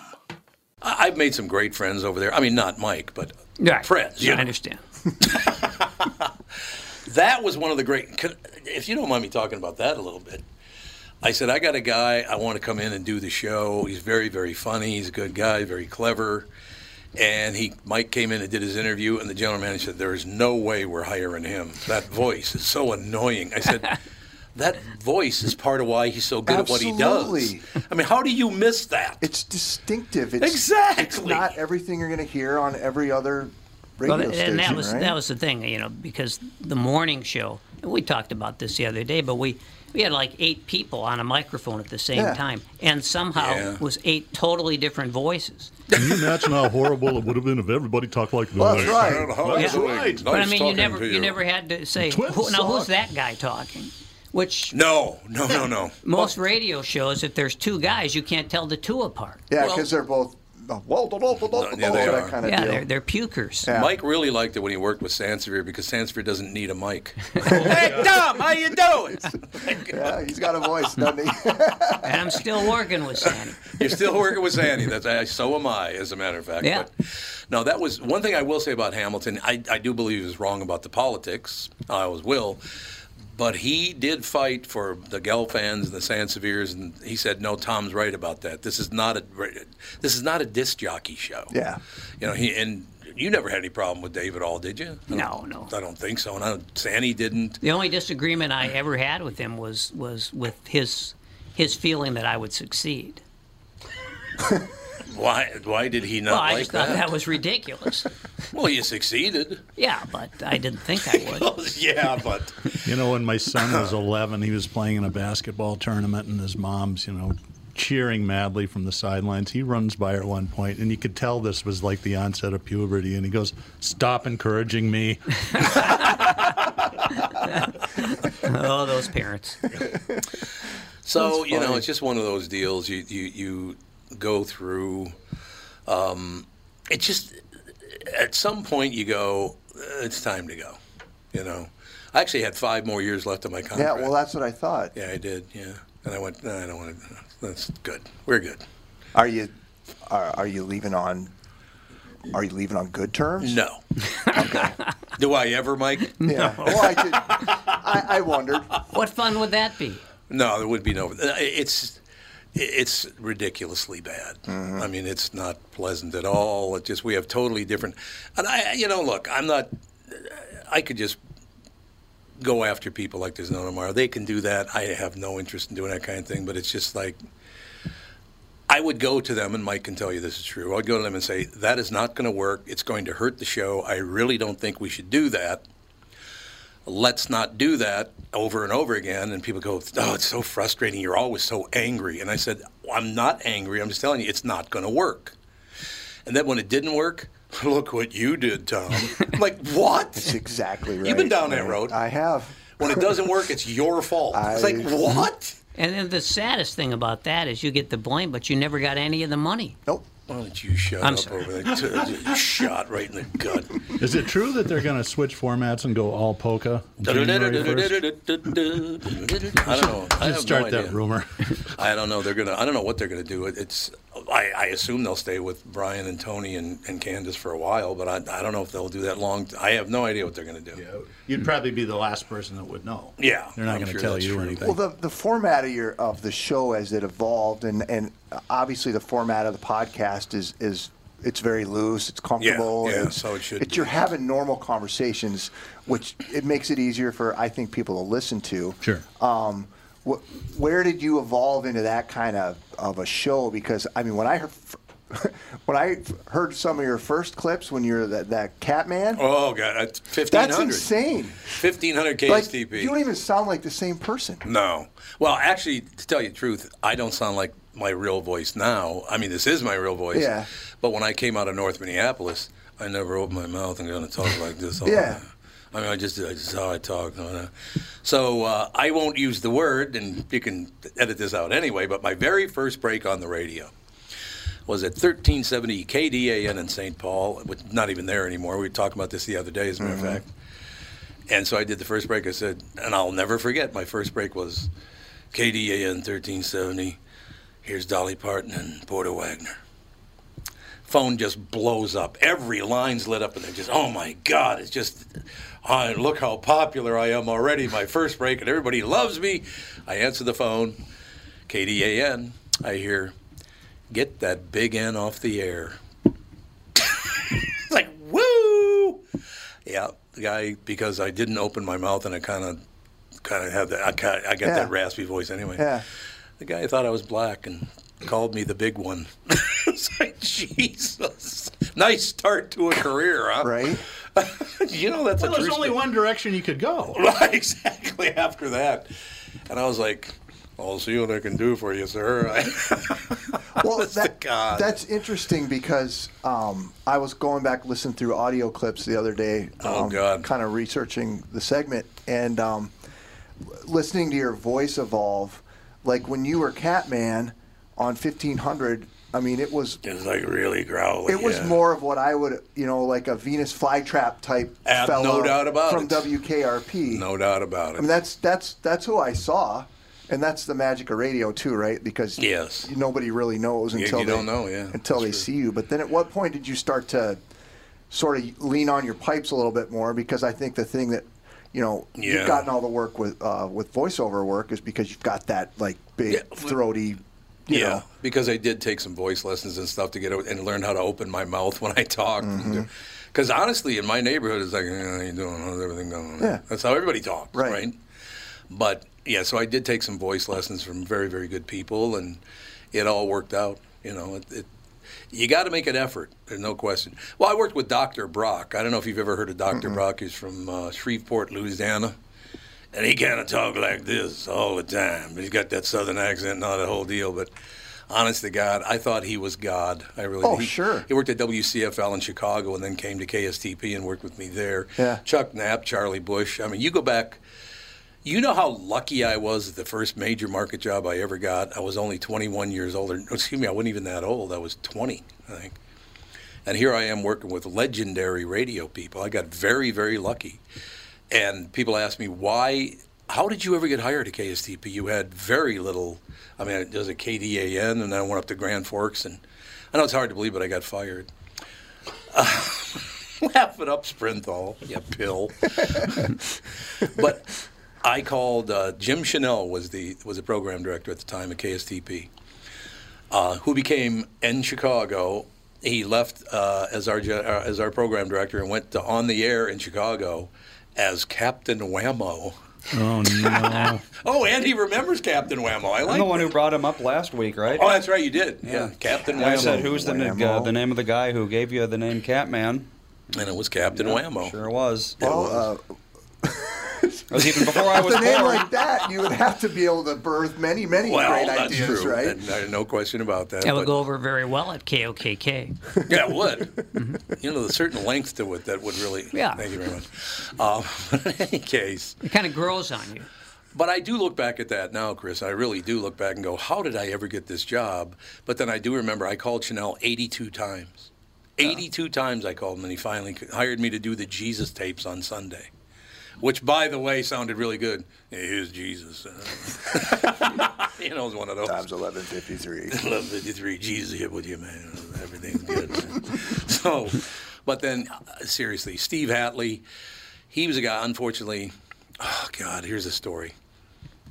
I- I've made some great friends over there. I mean, not Mike, but Right. friends. you I know. understand. That was one of the great. could- If you don't mind me talking about that a little bit, I said I got a guy I want to come in and do the show. He's very, very funny. He's a good guy, very clever, And he, Mike came in and did his interview, and the general manager said, "There is no way we're hiring him. That voice is so annoying." I said, "That voice is part of why he's so good at what he Absolutely. does." I mean, how do you miss that? It's distinctive. It's, exactly. It's not everything you're going to hear on every other radio Well, and station, that was right? that was the thing, you know, because the morning show. and We talked about this the other day, but we we had like eight people on a microphone at the same Yeah. time, and somehow Yeah. it was eight totally different voices. Can you imagine how horrible it would have been if everybody talked like this? Well, that's right. Yeah. But I mean, you never you never had to say Twins "Who- now who's suck." that guy talking, which no no no no. Most radio shows, if there's two guys, you can't tell the two apart. Yeah, because they're both uh, well, da- da- da- da- da- Yeah, da- they that are. kind of yeah, deal. they're they're pukers. Mike really liked it when he worked with Sansevier because Sansevier doesn't need a mic. hey, Tom, how you doing? yeah, he's got a voice, doesn't he? and I'm still working with Sandy. You're still working with Sandy. That's I, so am I, as a matter of fact. Yeah. But, no, that was one thing I will say about Hamilton. I, I do believe he was wrong about the politics. I always will. But he did fight for the Gelfans and the Sanseviers, and he said, "No, Tom's right about that. This is not a this is not a disc jockey show." Yeah. You know, he and you never had any problem with Dave at all, did you? I No, don't- I don't think so. And I don't, Sandy didn't. The only disagreement I ever had with him was was with his his feeling that I would succeed. Why? Why did he not well, I like just thought that. was ridiculous. Well, you succeeded. yeah, but I didn't think I would. yeah, but You know, when my son was 11, he was playing in a basketball tournament, and his mom's, you know, cheering madly from the sidelines. He runs by her at one point, and you could tell this was like the onset of puberty. And he goes, "Stop encouraging me." oh, those parents. So That's you know, funny. it's just one of those deals. You you you go through. Um, it just at some point you go, "Uh, it's time to go. You know, I actually had five more years left of my yeah, contract. well, that's what I thought. Yeah, I did. Yeah, and I went. No, I don't want to. That's good. We're good. Are you are, are you leaving on Are you leaving on good terms? No. Do I ever, Mike? Yeah. Well, Oh, I, did, I, I wondered. What fun would that be? No, there would be no. It's it's ridiculously bad. Mm-hmm. I mean, it's not pleasant at all. It just we have totally different. And I, you know, look, I'm not. I could just go after people like there's no tomorrow. They can do that. I have no interest in doing that kind of thing. But it's just like. I would go to them, and Mike can tell you this is true. I'd go to them and say, That is not going to work. It's going to hurt the show. I really don't think we should do that let's not do that over and over again. And people go, oh, it's so frustrating. You're always so angry. And I said, I'm not angry. I'm just telling you, it's not going to work. And then when it didn't work, look what you did, Tom. I'm like, what? That's exactly right. You've been down that Right. road. I have. When it doesn't work, it's your fault. It's like, what? And then the saddest thing about that is you get the blame, but you never got any of the money. Nope. Why don't you shut I'm up sorry. over there? You Shot right in the gut. Is it true that they're going to switch formats and go all polka? January 1st? I don't know. I have Just start no that idea. rumor. I don't know. They're gonna. I don't know what they're gonna do. It, it's. I, I assume they'll stay with Brian and Tony and, and Candace for a while, but I, I don't know if they'll do that long. I have no idea what they're gonna do. You'd probably be the last person that would know. Yeah, They're not I'm going to sure tell that's you true. anything. Well, the, the format of your of the show as it evolved, and, and obviously the format of the podcast is is it's very loose, it's comfortable. yeah, it's, so it should it's- be. You're having normal conversations, which it makes it easier for I think people to listen to. Sure. Um, wh- where did you evolve into that kind of of a show? Because I mean, when I heard, when I heard some of your first clips when you're that that cat man, Oh god, that's fifteen hundred. that's insane. Fifteen hundred Like, KSTP. you don't even sound like the same person. No. Well, actually, to tell you the truth, I don't sound like my real voice now. I mean, this is my real voice. Yeah. But when I came out of North Minneapolis, I never opened my mouth and going to talk like this all Yeah. the time. I mean, I just, I just how I talk. you know. So uh, I won't use the word, and you can edit this out anyway, but my very first break on the radio was at 1370 KDAN in St. Paul, which not even there anymore. We were talking about this the other day, as a matter Mhm. of fact. And so I did the first break. I said, and I'll never forget, my first break was KDAN 1370. Here's Dolly Parton and Porter Wagner. Phone just blows up. Every line's lit up, and they're just, oh my God, it's just, I, look how popular I am already. My first break, and everybody loves me. I answer the phone, KDAN. I hear, get that big N off the air. Yeah, the guy because I didn't open my mouth and I kind of, kind of had that. I, kinda, I got Yeah. that raspy voice anyway. Yeah. The guy thought I was black and called me the big one. it's like Jesus. Nice start to a career, huh? Right. you know that's well, a true there's only story. one direction you could go. Right, exactly. After that, and I was like, "I'll see what I can do for you, sir." well, that, God. that's interesting because um, I was going back listening through audio clips the other day. Um, Oh, God. Kind of researching the segment and um, listening to your voice evolve. Like when you were Catman on 1500, I mean, it was it was like really growly. it was yeah. more of what I would, you know, like a Venus flytrap type Ab- fellow no doubt about from it. WKRP. No doubt about I it. mean, that's that's that's who I saw, and that's the magic of radio too, right? Because Yes. nobody really knows Yeah, until you they, don't know, yeah, until they see you. But then, at what point did you start to sort of lean on your pipes a little bit more? Because I think the thing that you know Yeah. you've gotten all the work with uh, with voiceover work is because you've got that like big throaty, you yeah, know, because I did take some voice lessons and stuff to get o- and learn how to open my mouth when I talk. Mm-hmm. Because honestly, in my neighborhood, it's like, "Eh, how you doing? How's everything going? Yeah. That's how everybody talks, Right. right. But yeah, so I did take some voice lessons from very, very good people, and it all worked out. You know, it, it, you got to make an effort. There's no question. Well, I worked with Dr. Brock. I don't know if you've ever heard of doctor Brock. He's from uh, Shreveport, Louisiana. And he kind of talk like this all the time. He's got that southern accent and all the whole deal. But honest to God, I thought he was God. I really Oh, he, sure. He worked at WCFL in Chicago and then came to KSTP and worked with me there. Yeah. Chuck Knapp, Charlie Bush. I mean, you go back. You know how lucky I was that the first major market job I ever got, I was only 21 years old. Or, excuse me, I wasn't even that old. I was 20, I think. And here I am working with legendary radio people. I got very, very lucky. And people ask me, why, how did you ever get hired at KSTP? You had very little, I mean, it was a KDAN, and then I went up to Grand Forks. And I know it's hard to believe, but I got fired. Laugh it up, Sprinthal, you pill. but I called uh, Jim Chanel was the was the program director at the time at KSTP, uh, who became in Chicago. He left uh, as our ge- uh, as our program director and went to on the air in Chicago as Captain Whammo. Oh no! Oh, and he remembers Captain Whammo. I I'm like. the one who brought him up last week, right? Oh, that's right, you did. Yeah, Captain I Whammo. said, "Who's the, Whammo. uh, the name of the guy who gave you the name Catman?" and it was Captain Whammo. Sure was. well, uh, it was even before I was with a name born. like that, you would have to be able to birth many, many Well, great that's ideas, true. right? And, uh, no question about that. That but- would go over very well at KOKK. Yeah, it would. Mm-hmm. you know, there's a certain length to it that would really. Yeah. Thank you very much. Um, in any case, It kind of grows on you. but I do look back at that now, Chris. I really do look back and go, how did I ever get this job? But then I do remember I called Chanel 82 times. 82 times I called him, and he finally hired me to do the Jesus tapes on Sunday. Which, by the way, sounded really good. Yeah, here's Jesus. you know, it was one of those. Times eleven fifty three. Love 53, Jesus here with you, man. Everything's good. man. so, but then, uh, seriously, Steve Hatley, he was a guy, unfortunately, oh, God, here's a story.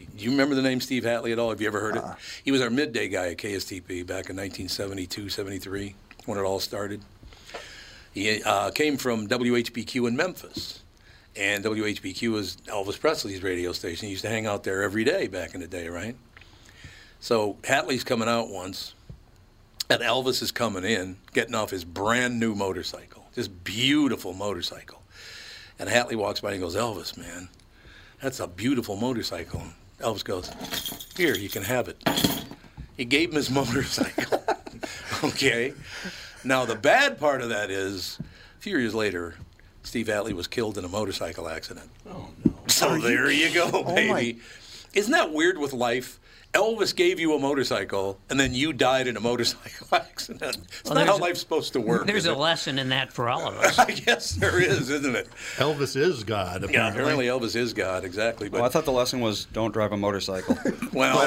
Do you remember the name Steve Hatley at all? Have you ever heard it? He was our midday guy at KSTP back in 1972, 73, when it all started. He uh, came from WHBQ in Memphis. And WHBQ was Elvis Presley's radio station. He used to hang out there every day back in the day, right? So Hatley's coming out once, and Elvis is coming in, getting off his brand new motorcycle, this beautiful motorcycle. And Hatley walks by and goes, Elvis, man, that's a beautiful motorcycle. And Elvis goes, Here, you can have it. He gave him his motorcycle. okay. Now, the bad part of that is, a few years later, Steve Hatley was killed in a motorcycle accident. So there you, go, Oh my- baby. Isn't that weird with life? Elvis gave you a motorcycle, and then you died in a motorcycle accident. It's Well, not how there's a- life's supposed to work. There's is a it? lesson in that for all of us. I guess there is, isn't it? Elvis is God. Apparently. Yeah, apparently Elvis is God, exactly. But Well, I thought the lesson was don't drive a motorcycle. well,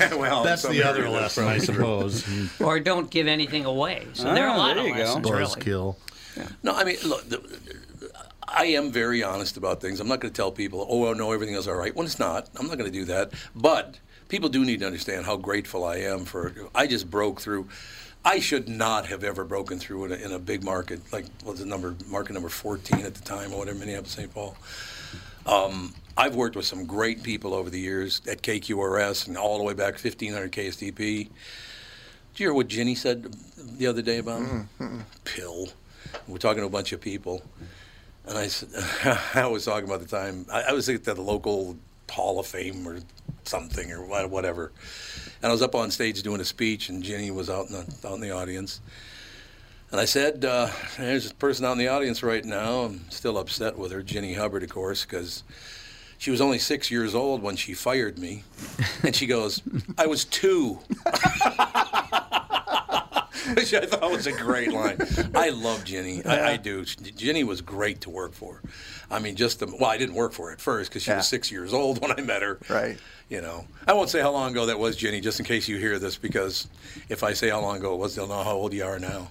well, That's some the other areas that's lesson, I probably true. suppose. Or don't give anything away. So there are a Ah, lot there of you go. lessons, really. Buzzkill. No, I mean, look, the, I am very honest about things. I'm not going to tell people, oh, no, everything is all right when it's not. I'm not going to do that. But people do need to understand how grateful I am for. I just broke through. I should not have ever broken through in a, in a big market like what was the number market number 14 at the time or whatever Minneapolis St. Paul. Um, I've worked with some great people over the years at KQRS and all the way back 1500 KSTP. Did you hear what Ginny said the other day about him? Mm-hmm, pill? We're talking to a bunch of people, and I said, I was talking about the time I, I was at the local Hall of Fame or something or wha- whatever, and I was up on stage doing a speech, and Ginny was out in the, out in the audience. And I said, uh, there's a person out in the audience right now. I'm still upset with her, Ginny Hubbard, of course, because she was only six years old when she fired me. And she goes, I was two. Which I thought was a great line. I love Ginny. I, I do. She- Ginny was great to work for. I mean, just the, well, I didn't work for her at first because she was six years old when I met her. Right. You know, I won't say how long ago that was, Ginny, just in case you hear this, because if I say how long ago it was, they'll know how old you are now.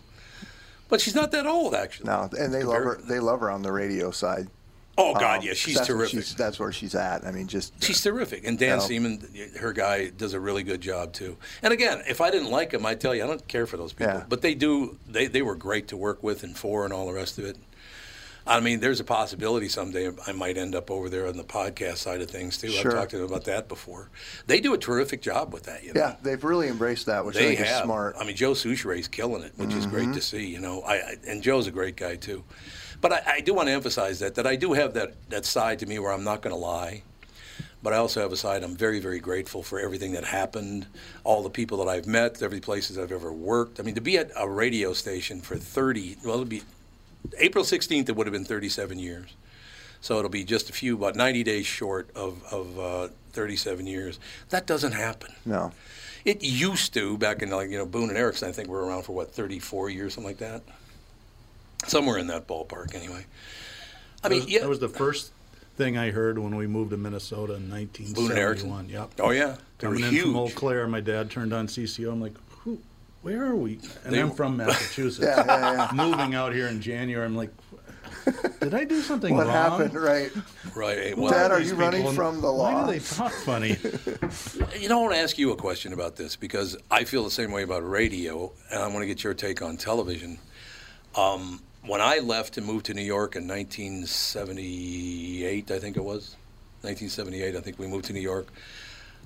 But she's not that old, actually. No, and they love her. They love her on the radio side. Um, Oh, God, yeah, she's that's where terrific. she's- that's where she's at. I mean, just She's terrific, and Dan No. Seaman, her guy, does a really good job too. And again, if I didn't like him, I tell you, I don't care for those people. Yeah. But they do; they, they were great to work with and for, and all the rest of it. I mean, there's a possibility someday I might end up over there on the podcast side of things too. Sure. I've talked to them about that before. They do a terrific job with that. You know? yeah, they've really embraced that, which they I think have. is smart. I mean, Joe Soucheray's killing it, which is great Mhm. to see. You know, I, I and Joe's a great guy too. But I, I do want to emphasize that that I do have that that side to me where I'm not going to lie. But I also have a side I'm very, very grateful for everything that happened, all the people that I've met, every places I've ever worked. I mean, to be at a radio station for 30, well, it'll be April 16th, it would have been 37 years. So it'll be just a few, about 90 days short of, of uh, 37 years. That doesn't happen. No, It used to back in like you know Boone and Erickson. I think were around for what 34 years, something like that. Somewhere in that ballpark, anyway. I mean, that was, that was the first thing I heard when we moved to Minnesota in 1971. Erickson? Yep. Oh, yeah. They were Coming in huge. from Eau Claire, my dad turned on CCO. I'm like, who? Where are we? And They I'm were- from Massachusetts. Yeah, yeah, Moving out here in January, I'm like, did I do something what wrong? happened? Right, Right. Dad, are these you running people? from the Why do law? they talk funny? You know, I want to ask you a question about this because I feel the same way about radio, and I want to get your take on television. Um, when I left and moved to New York in 1978, I think it was 1978. I think we moved to New York.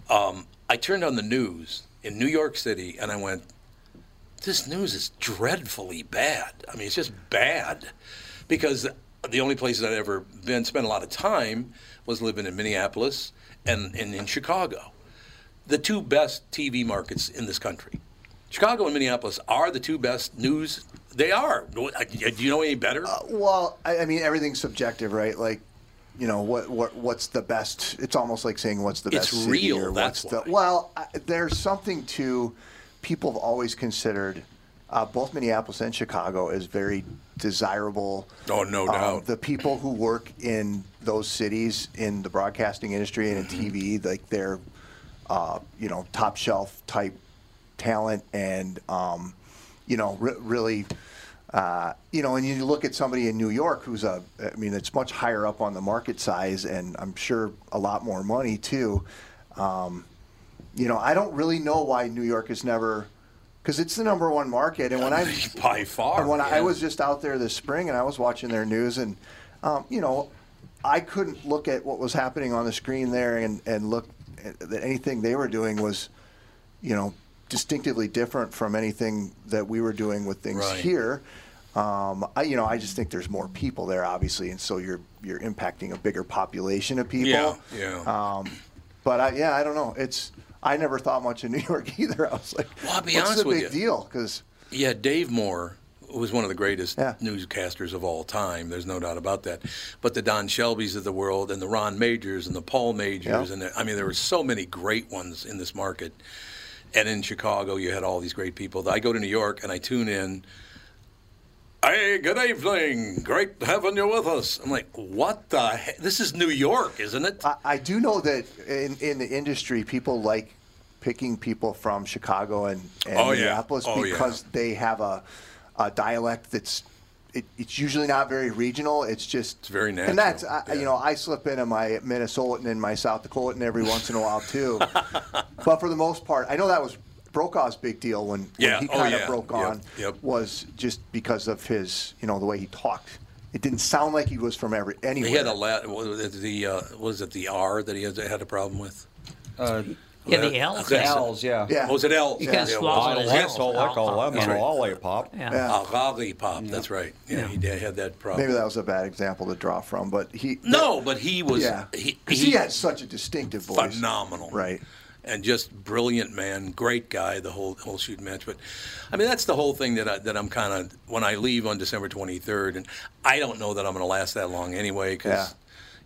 Um, I turned on the news in New York City, and I went, "This news is dreadfully bad. I mean, it's just bad." because the only places I'd ever been spent a lot of time was living in Minneapolis and, and in Chicago, the two best TV markets in this country. Chicago and Minneapolis are the two best news. They are. Do you know any better? Uh, Well, I, I mean, everything's subjective, right? Like, you know, what what what's the best? It's almost like saying what's the It's best. city real, or that's what's the well. I, there's something to people have always considered uh, both Minneapolis and Chicago as very desirable. Oh, no Um, doubt. The people who work in those cities in the broadcasting industry and in TV, like they're, uh, you know, top shelf type talent and, um, you know, re- really, uh, you know, and you look at somebody in New York who's a, I mean, it's much higher up on the market size and I'm sure a lot more money too. Um, you know, I don't really know why New York is never, because it's the number one market. And when I by far, and when I yeah. was just out there this spring and I was watching their news, and um, you know, I couldn't look at what was happening on the screen there and and look at that anything they were doing was, you know, distinctively different from anything that we were doing with things Right. here. Um, I, you know, I just think there's more people there, obviously, and so you're you're impacting a bigger population of people. Yeah, yeah. Um, but I, yeah, I don't know. It's I never thought much of New York either. I was like, Well, I'll be what's honest the with big you. deal? Because Yeah, Dave Moore was one of the greatest newscasters of all time. There's no doubt about that. But the Don Shelby's of the world, and the Ron Majors, and the Paul Majors, Yeah. and the, I mean, there were so many great ones in this market. And in Chicago, you had all these great people. I go to New York and I tune in. Hey, good evening. Great having you with us. I'm like, what the? He- this is New York, isn't it? I, I do know that in, in the industry, people like picking people from Chicago and, and Oh, yeah. Minneapolis Oh, yeah. because they have a, a dialect that's it, it's usually not very regional. It's just it's very And natural, that's I, you know I slip into my Minnesotan and my South Dakotan every once in a while too, but for the most part, I know that was Brokaw's big deal when, when Yeah, he oh, kind of yeah, broke yep, on yep. was just because of his, you know, the way he talked. It didn't sound like he was from every anywhere. He had a la- what was it, the uh, was it the R that he had, had a problem with? Uh, Yeah, the L's. Okay. L's, yeah. Yeah. Oh, was it L's? You gotta Yeah, it swallow was. the L's. L's, all like a lemon, That's right. all lollipop. Yeah. Yeah. A lollipop, that's right. Yeah, he did, had that problem. Maybe that was a bad example to draw from, but he No, but he was yeah. he, 'Cause he, had such a distinctive voice. phenomenal, right? And just brilliant man, great guy, the whole whole shoot match. But I mean, that's the whole thing that I, that I'm kind of when I leave on December 23rd, and I don't know that I'm going to last that long anyway because. Yeah.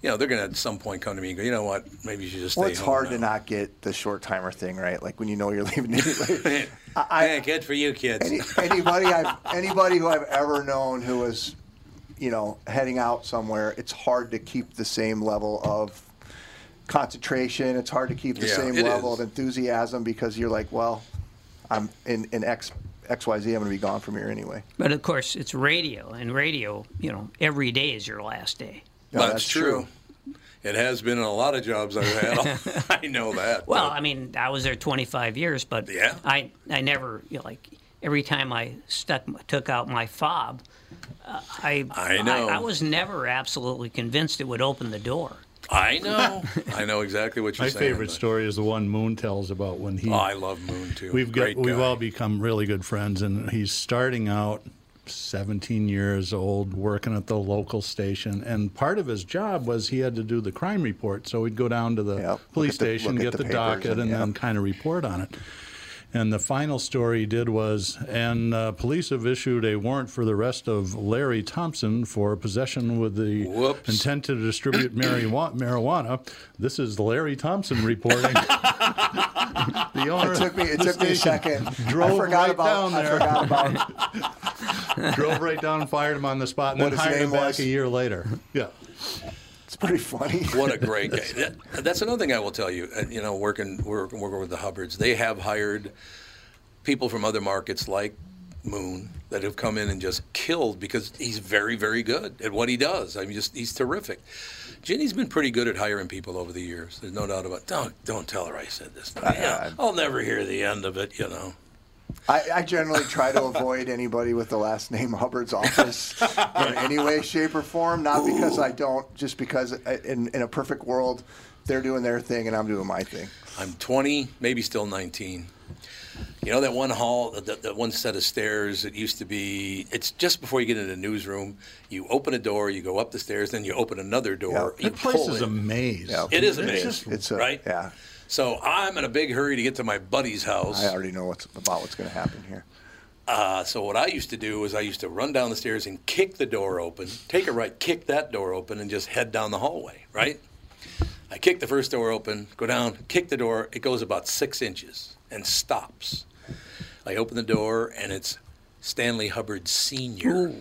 You know, they're going to at some point come to me and go, you know what, maybe you should just stay Well, it's home hard now." to not get the short timer thing right. Like when you know you're leaving. anyway. hey, good for you, kids. Any, anybody I've anybody who I've ever known who is, you know, heading out somewhere, it's hard to keep the same level of concentration. It's hard to keep the Yeah, same it level is. of enthusiasm because you're like, well, I'm in in X XYZ. I'm going to be gone from here anyway. But of course, it's radio, and radio, you know, every day is your last day. that's, true. It has been in a lot of jobs I've had. I know that. Well, I mean, I was there 25 years, but Yeah. I I never you know, like every time I stuck took out my fob, uh, I I know. I, was never absolutely convinced it would open the door. I know. I know exactly what you're My saying. favorite story is the one Moon tells about when he. Oh, I love Moon too. We've got Great we've guy. all become really good friends, and he's starting out, 17 years old, working at the local station, and part of his job was he had to do the crime report. So he'd go down to the police at the- look station, at get the the, papers docket, and, and- yeah. then kind of report on it. And the final story he did was, and uh, police have issued a warrant for the arrest of Larry Thompson for possession with the intent to distribute marijuana. marijuana. This is Larry Thompson reporting. the owner It took me. of It the took me station a second. Drove I forgot right about. down I there. forgot about. drove right down and fired him on the spot, and What then his hired him name back was? a year later. Yeah, It's pretty funny. What a great guy. That- that's another thing I will tell you. uh, You know, working we're working with the Hubbards, they have hired people from other markets like Moon that have come in and just killed because he's very, very good at what he does. I mean, just he's terrific. Ginny's been pretty good at hiring people over the years. There's no doubt about. Don't don't tell her I said this. Yeah, I'll never hear the end of it. You know. I, I generally try to avoid anybody with the last name Hubbard's office in any way, shape, or form. Not because I don't, just because I- in, in a perfect world, they're doing their thing and I'm doing my thing. I'm 20, maybe still 19. You know that one hall, that, that one set of stairs. It used to be. It's just before you get into the newsroom. You open a door, you go up the stairs, then you open another door. that you place pull is it. a maze. It is a maze, just- right? Yeah. So I'm in a big hurry to get to my buddy's house. I already know what's about what's going to happen here. Uh, so what I used to do is I used to run down the stairs and kick the door open, take a right, kick that door open, and just head down the hallway. Right? I kick the first door open, go down, kick the door. It goes about six inches and stops. I open the door and it's Stanley Hubbard Senior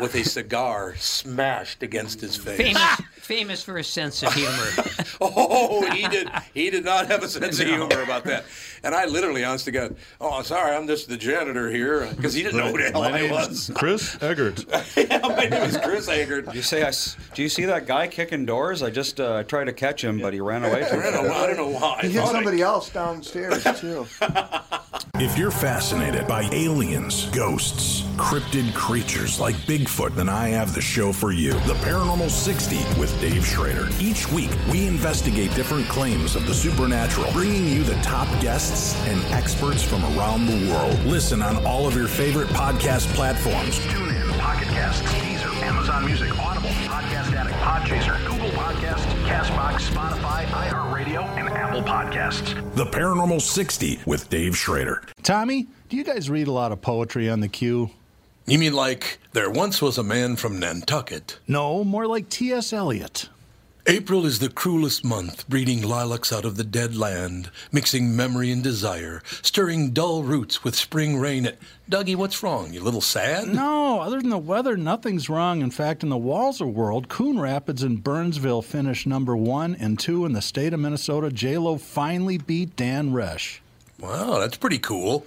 with a cigar smashed against his face. Famous famous for his sense of humor. Oh, he did. He did not have a sense of humor about that. And I literally, honest to God, oh, I'm sorry, I'm just the janitor here because he didn't know who the hell My I name's was. Chris Eggert. yeah, my name is Chris Agard. You say, I s do you see that guy kicking doors? I just uh, tried to catch him, but he ran away. From I don't, I don't know why. He hit somebody else downstairs, too. If you're fascinated by aliens, ghosts, cryptid creatures like Bigfoot, then I have the show for you The Paranormal 60 with Dave Schrader. Each week, we investigate different claims of the supernatural, bringing you the top guests and experts from around the world. Listen on all of your favorite podcast platforms. TuneIn, Pocket Casts, Deezer, Amazon Music, Audible, Podcast Addict, Podchaser, Google Podcasts, Castbox, Spotify, iHeartRadio, and Apple Podcasts. The Paranormal 60 with Dave Schrader. Tommy, do you guys read a lot of poetry on the queue? You mean like there once was a man from Nantucket? No, more like T.S. Eliot. April is the cruelest month, breeding lilacs out of the dead land, mixing memory and desire, stirring dull roots with spring rain. At Dougie, what's wrong? You a little sad? No, other than the weather, nothing's wrong. In fact, in the Walzer world, Coon Rapids and Burnsville finished number one and two in the state of Minnesota. J-Lo finally beat Dan Resch. Wow, that's pretty cool.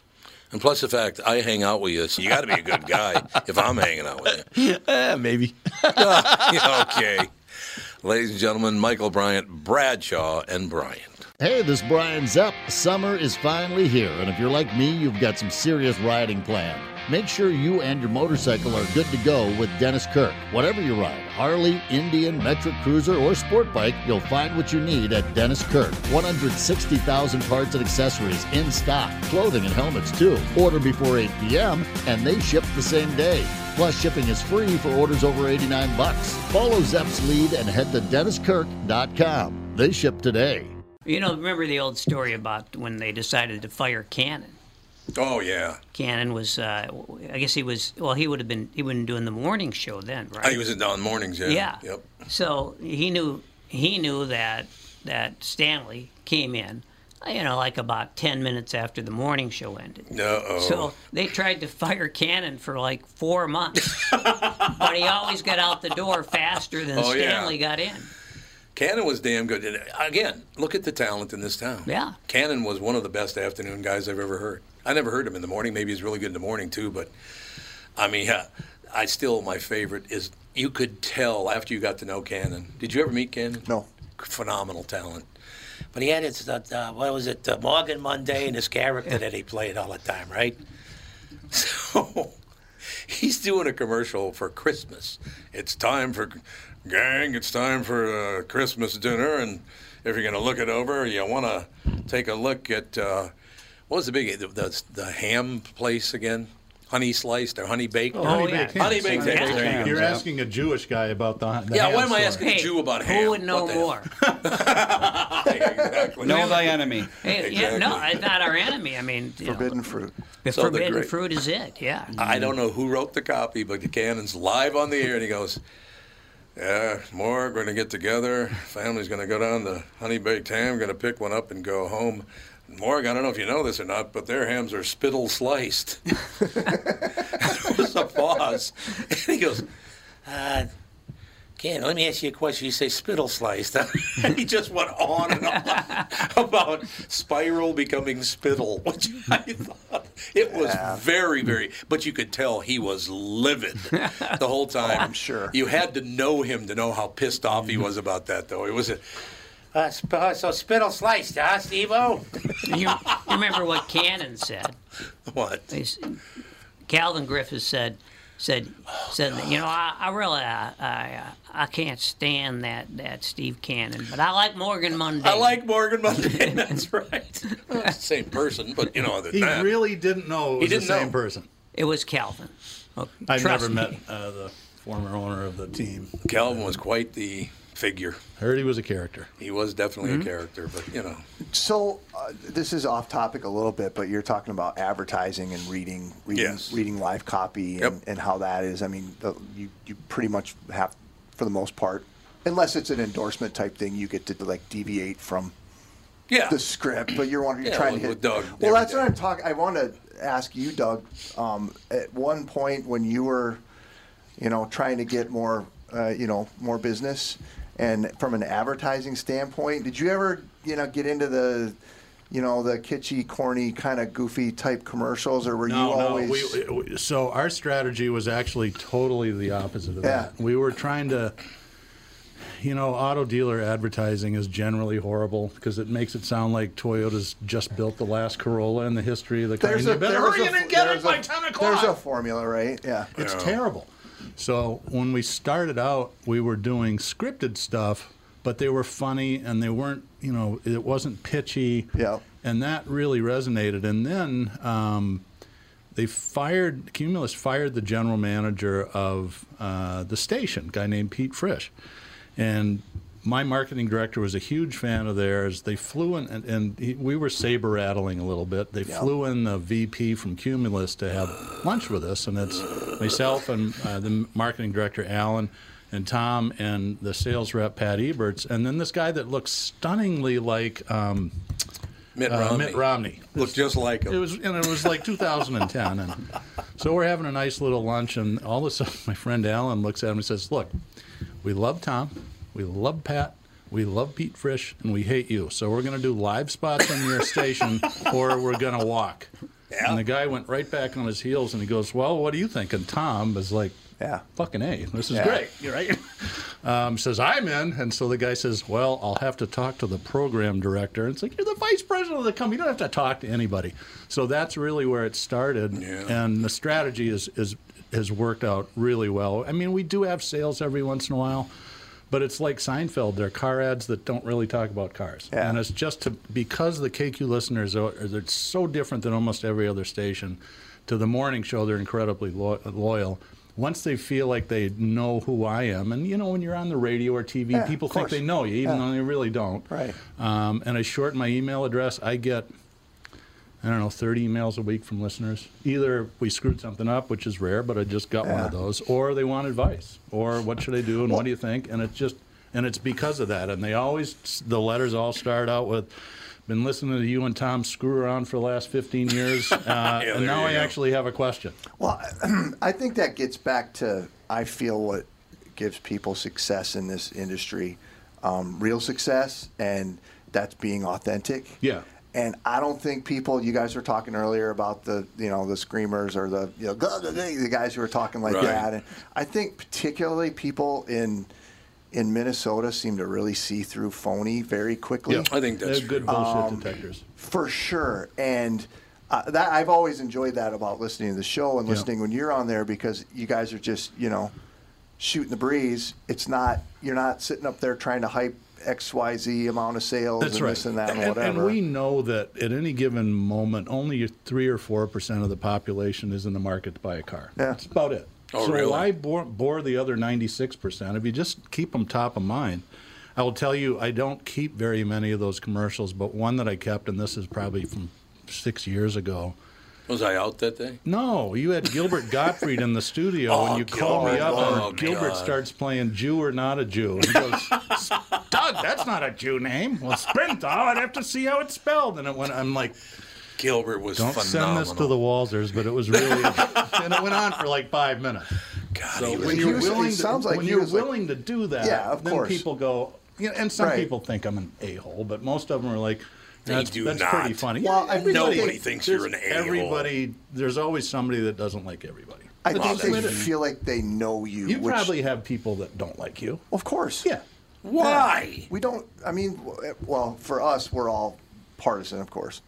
And plus the fact I hang out with you, so you got to be a good guy if I'm hanging out with you. Eh, maybe. okay. Ladies and gentlemen, Michael Bryant, Bradshaw, and Bryant. Hey, this is Brian Zepp. Summer is finally here, and if you're like me, you've got some serious riding planned. Make sure you and your motorcycle are good to go with Dennis Kirk. Whatever you ride Harley, Indian, Metric Cruiser, or Sport Bike you'll find what you need at Dennis Kirk. 160,000 parts and accessories in stock, clothing and helmets too. Order before 8 p.m., and they ship the same day. Plus, shipping is free for orders over 89 bucks. Follow Zepp's lead and head to DennisKirk.com. They ship today. You know, remember the old story about when they decided to fire Cannon? Oh yeah. Cannon was, uh, I guess he was. Well, he would have been. He wasn't doing the morning show then, right? Oh, He was in Don Mornings, yeah. Yeah. Yep. So he knew he knew that that Stanley came in, you know, like about ten minutes after the morning show ended. Uh-oh. So they tried to fire Cannon for like four months, but he always got out the door faster than Oh, yeah. Stanley got in. Cannon was damn good. And uh, again, look at the talent in this town. Yeah. Cannon was one of the best afternoon guys I've ever heard. I never heard him in the morning. Maybe he's really good in the morning too, but I mean, yeah, I still my favorite is you could tell after you got to know Cannon. Did you ever meet Cannon? No. Phenomenal talent. But he had his uh, uh, what was it, uh, Morgan Monday, and his character that he played all the time, right? So he's doing a commercial for Christmas. It's time for gang. It's time for uh, Christmas dinner, and if you're going to look it over, you want to take a look at uh, what was the big the, the, the ham place again? Honey sliced or honey baked? Oh, or- honey baked hams. Honey baked hams. There you go. You're asking a Jewish guy about the. the Yeah, ham why am I store. asking a Jew about ham? Who would know more? Know thy enemy. Hey, Yeah, no, it's not our enemy. I mean, you know, fruit. the forbidden fruit is it. Yeah. I don't know who wrote the copy, but the Cannon's live on the air, and he goes, "Yeah, more. We're gonna get together. Family's gonna go down to Honey Baked Ham. Gonna pick one up and go home." Morg, I don't know if you know this or not, but their hams are spittle sliced. there was a pause. And he goes, uh, Ken, let me ask you a question. You say spittle sliced. and he just went on and on about spiral becoming spittle, which I thought it was very, very, but you could tell he was livid the whole time. Oh, I'm sure. You had to know him to know how pissed off he was about that, though. It was a. Uh, sp- uh, so spittle sliced, huh, Steve-O? you remember what Cannon said? What? Calvin Griffiths said said said you know I, I really I, I I can't stand that that Steve Cannon, but I like Morgan Monday. I like Morgan Monday. That's right. same person, but you know, other than He that. really didn't know it was He the didn't same know. person. It was Calvin. I've trust never me. met uh, the former owner of the team. Calvin was quite the figure. Heard he was a character. Hmm? He was definitely Mhm. a character, but you know. So uh, this is off topic a little bit, but you're talking about advertising and reading, reading, reading live copy, and, and how that is. I mean, the, you you pretty much have, for the most part, unless it's an endorsement type thing, you get to like deviate from Yeah. the script, but you're wondering, you're Yeah, trying with- to hit. with Doug well, every that's what I'm talking. I want to ask you, Doug. Um, at one point when you were, you know, trying to get more, uh, you know, more business, and from an advertising standpoint, did you ever, you know, get into the you know, the kitschy, corny, kind of goofy type commercials, or were you No, no. always? we- we- so our strategy was actually totally the opposite of that. We were trying to, you know, auto dealer advertising is generally horrible because it makes it sound like Toyota's just built the last Corolla in the history of the car. There's and a- you better there's hurry a- in and get it there's by a- 10 o'clock. There's a formula, right? Yeah. It's terrible. So when we started out, we were doing scripted stuff, but they were funny and they weren't, you know, it wasn't pitchy. Yeah. And that really resonated. And then um, they fired, Cumulus fired the general manager of uh, the station, a guy named Pete Frisch. And my marketing director was a huge fan of theirs. They flew in, and, and he, we were saber rattling a little bit. They Yeah. flew in the VP from Cumulus to have lunch with us, and it's myself and uh, the marketing director Alan and Tom and the sales rep Pat Eberts, and then this guy that looks stunningly like um, Mitt uh, Romney. Mitt Romney. Looked just like him. It was, and it was like 2010, and so we're having a nice little lunch, and all of a sudden, my friend Alan looks at him and says, "Look, we love Tom, we love Pat, we love Pete Frisch, and we hate you. So we're going to do live spots on your station, or we're going to walk." And the guy went right back on his heels, and he goes, "Well, what do you think?" And Tom is like, "Yeah, fucking a, this is Yeah. great." You're right. Um, says I'm in, and so the guy says, "Well, I'll have to talk to the program director." And it's like you're the vice president of the company; you don't have to talk to anybody. So that's really where it started, and the strategy is is has worked out really well. I mean, we do have sales every once in a while, but it's like Seinfeld; they're car ads that don't really talk about cars, and it's just to, because the KQ listeners are they're so different than almost every other station. To the morning show, they're incredibly lo- loyal once they feel like they know who I am, and you know, when you're on the radio or TV, Yeah, people of think they course. know you, even Yeah. though they really don't. Right. Um, and I shorten my email address. I get, I don't know, 30 emails a week from listeners. Either we screwed something up, which is rare, but I just got one of Yeah. those, or they want advice, or what should I do, and what do you think? And it's just, and it's because of that. And they always, the letters all start out with, been listening to you and Tom screw around for the last 15 years, uh, there and now you I go. actually have a question. Well, I think that gets back to I feel what gives people success in this industry, um, real success, and that's being authentic. Yeah. And I don't think people. You guys were talking earlier about the you know the screamers or the you know "Gah, gah, gah," the guys who were talking like Right. that. And I think particularly people in in Minnesota seem to really see through phony very quickly. Yeah, I think that's They're good true. bullshit Um, detectors. For sure, and uh, that I've always enjoyed that about listening to the show and listening when you're on there because you guys are just you know shooting the breeze. It's not you're not sitting up there trying to hype X Y Z amount of sales and this and that and, whatever. we know that at any given moment, only three or four percent of the population is in the market to buy a car. That's about it. Oh, so really? why bore, bore the other ninety-six percent if you just keep them top of mind? I will tell you, I don't keep very many of those commercials, but one that I kept, and this is probably from six years ago. Was I out that day? No, you had Gilbert Gottfried in the studio, Oh, and you called me up, Gilbert. and Oh, Gilbert God. starts playing Jew or Not a Jew. And he goes, Doug, that's not a Jew name. Well, Sprinto, I'd have to see how it's spelled. And it went, I'm like, Gilbert was don't send phenomenal. this to the Walzers, but it was really, and it went on for like five minutes. God, he so was- when he you're was- it willing, to, sounds like when he you're was like- willing to do that, Yeah, of then course. people go, you know, and some Right. people think I'm an a hole, but most of them are like, They that's, do that's not. pretty funny. Well, Yeah, I think everybody- Nobody thinks you're there's an a-hole. Everybody, there's always somebody that doesn't like everybody. I But think that's they the way it is. feel like they know you. You which- probably have people that don't like you. Of course. Yeah. Why? We don't. I mean, w- eh, well, for us, we're all partisan, of course.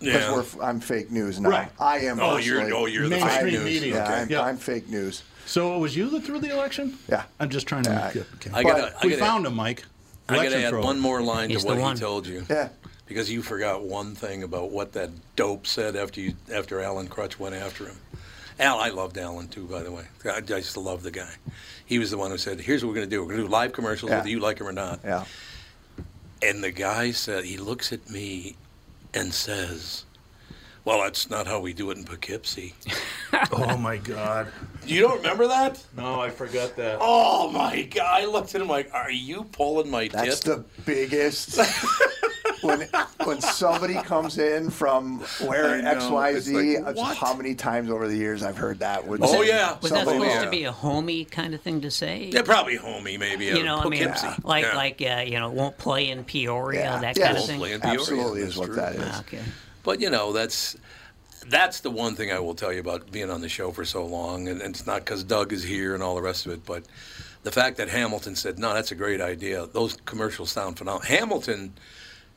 Because Yeah. we're, f- I'm fake news now. Right. I am. Oh, you're- personally. oh, you're the I'm- fake news. Yeah, Okay. I'm, Yeah. I'm fake news. So it was you that threw the election? Yeah. I'm just trying to. make it- okay. I gotta- I we gotta- found him, Mike. I got Election to add fraud. one more line to what he told you. Yeah. Because you forgot one thing about what that dope said after you after Alan Crutch went after him. Al, I loved Alan too, by the way. I just love the guy. He was the one who said, "Here's what we're going to do. We're going to do live commercials, Yeah. whether you like them or not." Yeah. And the guy said, he looks at me and says, "Well, that's not how we do it in Poughkeepsie." oh my God! You don't remember that? No, I forgot that. Oh my God! I looked at him like, "Are you pulling my That's tit?" the biggest. when when somebody comes in from where I know. X Y Z, It's like, what? how many times over the years I've heard that? When Oh, somebody- yeah. Was that somebody- supposed to be a homey kind of thing to say? Yeah, probably homie, maybe. You know, I mean, Poughkeepsie. like Yeah. like uh, you know, won't play in Peoria, that Yeah, kind won't of thing. Ah, play in Peoria, that's true. But you know, that's that's the one thing I will tell you about being on the show for so long, and, and it's not because Doug is here and all the rest of it, but the fact that Hamilton said, "No, that's a great idea." Those commercials sound phenomenal. Hamilton,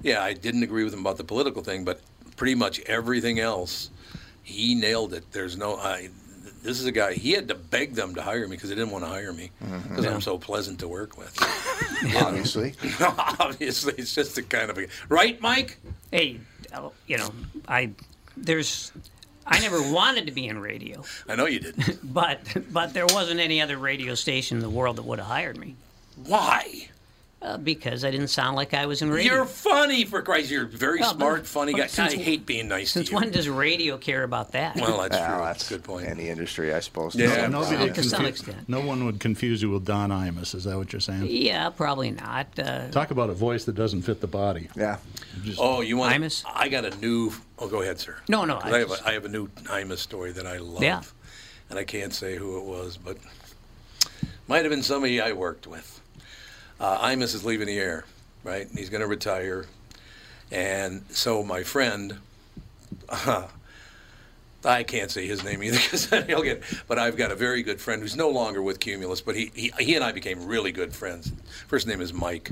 yeah, I didn't agree with him about the political thing, but pretty much everything else, he nailed it. There's no, I, this is a guy. He had to beg them to hire me because they didn't want to hire me Mm-hmm. because Yeah. I'm so pleasant to work with. Obviously. obviously, it's just the kind of a right, Mike. Hey, oh, you know, I there's I never wanted to be in radio, I know you didn't. but but there wasn't any other radio station in the world that would have hired me. Why? Uh, because I didn't sound like I was in radio. You're funny for Christ. You're a very Well, but- smart, funny guy. but since- I hate being nice Since to you. when does radio care about that? Well, that's Yeah, true. that's good point. Any industry, I suppose. So nobody to some confu- extent. no one would confuse you with Don Imus. Is that what you're saying? yeah, probably not. Uh, Talk about a voice that doesn't fit the body. Yeah. oh, you want? I got a new. Oh, go ahead, sir. No, no, 'Cause I I, have just- a, I have a new Imus story that I love. Yeah. And I can't say who it was, but might have been somebody I worked with. Uh, Imus is leaving the air, right? And he's going to retire. And so my friend, I can't say his name either because he'll get. But I've got a very good friend who's no longer with Cumulus, but he, he he and I became really good friends. First name is Mike.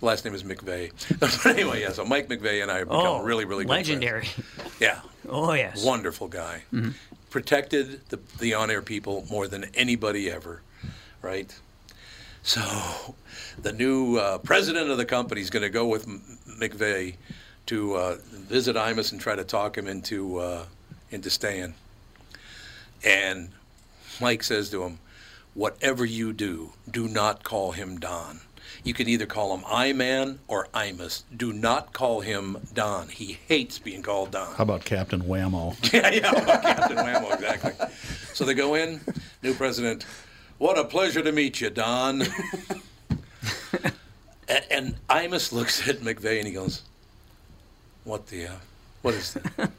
Last name is McVeigh. but anyway, yeah. So Mike McVeigh and I have become oh, really, really good legendary. friends. Yeah. Oh yes. Wonderful guy. Mhm. Protected the the on air people more than anybody ever, right? So, the new uh, president of the company is going to go with M- McVeigh to uh, visit Imus and try to talk him into uh, into staying. And Mike says to him, "Whatever you do, do not call him Don. You can either call him I Man or Imus. Do not call him Don. He hates being called Don." How about Captain Whammo? yeah, yeah, well, Captain Whammo, exactly. So they go in, new president. What a pleasure to meet you, Don. and, and Imus looks at McVeigh and he goes, "What the? Uh, what is that?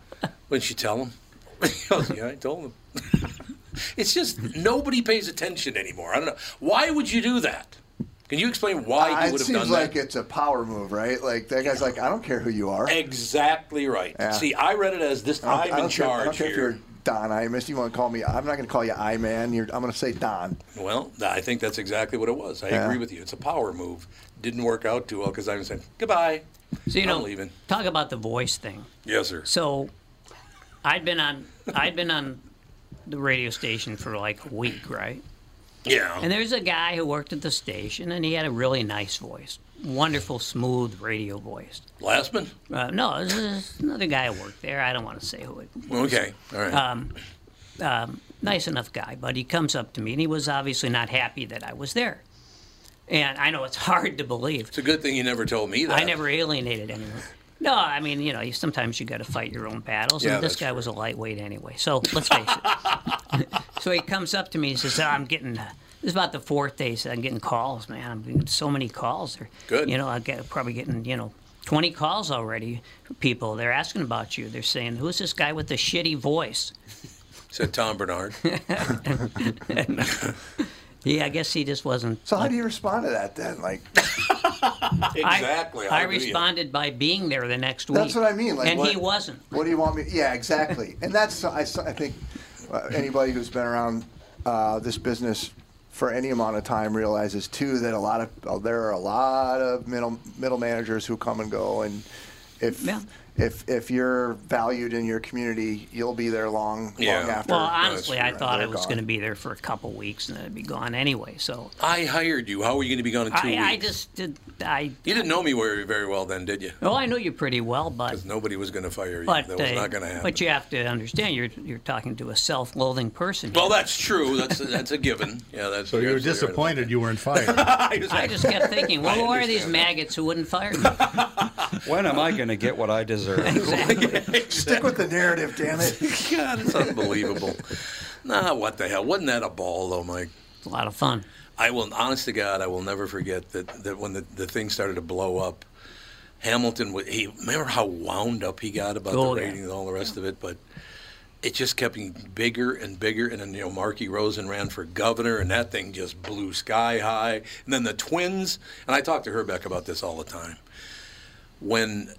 Wouldn't you tell him?" He goes, "Yeah, I told him." it's just nobody pays attention anymore. I don't know why would you do that. Can you explain why Uh, you it would have seems done like that? it's a power move, right? Like that guy's like, I don't care who you are. Exactly right. Yeah. See, I read it as this. I don't- I I'm in don't care- I don't charge care if here. you're Don Imus. You want to call me? I'm not going to call you I Man. You're, I'm going to say Don. Well, I think that's exactly what it was. I Yeah. agree with you. It's a power move. Didn't work out too well because I was saying goodbye. So you I'm know, leaving. talk about the voice thing. Yes, sir. So, I'd been on I'd been on the radio station for like a week, right? Yeah. And there's a guy who worked at the station, and he had a really nice voice, wonderful, smooth radio voice. Lastman. Uh, no, this is another guy who worked there. I don't want to say who it. was. Okay. All right. Um, um, nice enough guy, but he comes up to me, and he was obviously not happy that I was there. And I know it's hard to believe. It's a good thing you never told me that. I never alienated anyone. No, I mean, you know, you, sometimes you got to fight your own battles. Yeah, and this that's guy was a lightweight anyway. So let's face it. so he comes up to me and says, "Ah, I'm getting, uh, this is about the fourth day, so I'm getting calls, man. I'm getting so many calls. They're, Good. You know, I'm get, probably getting, you know, 20 calls already. People, they're asking about you. They're saying, who's this guy with the shitty voice? Said Tom Bernard. Yeah, I guess he just wasn't. So how do you respond to that then? Like I, I responded by being there the next week. That's what I mean. Like, and what, he wasn't. What do you want me? Yeah, exactly. And that's I, s- I think uh, anybody who's been around uh, this business for any amount of time realizes too that a lot of uh, there are a lot of middle middle managers who come and go, and if if if you're valued in your community, you'll be there long long after. Well, honestly, I thought I they're was gone. going to be there for a couple weeks and then I'd be gone anyway. So I hired you. How are you going to be gone in two I, weeks? I just did. I you didn't know me very, very well then, did you? oh, I know you pretty well, but Because nobody was going to fire you. but that was uh, not going to happen. But you have to understand, you're you're talking to a self-loathing person. well, that's true. That's that's a given. Yeah, that's. So you were disappointed you weren't fired. I just kept thinking, well, I who are these understand maggots who wouldn't fire me? When am I going to get what I deserve? Stick with the narrative, damn it. God, it's unbelievable. nah, what the hell? Wasn't that a ball, though, Mike? A lot of fun. I will, honest to God, I will never forget that, that when the, the thing started to blow up, Hamilton, wa- he remember how wound up he got about Oh, the yeah. ratings and all the rest of it, but it just kept getting bigger and bigger. And then you know, Marky Rosen ran for governor, and that thing just blew sky high. And then the twins, and I talk to Herbeck about this all the time. When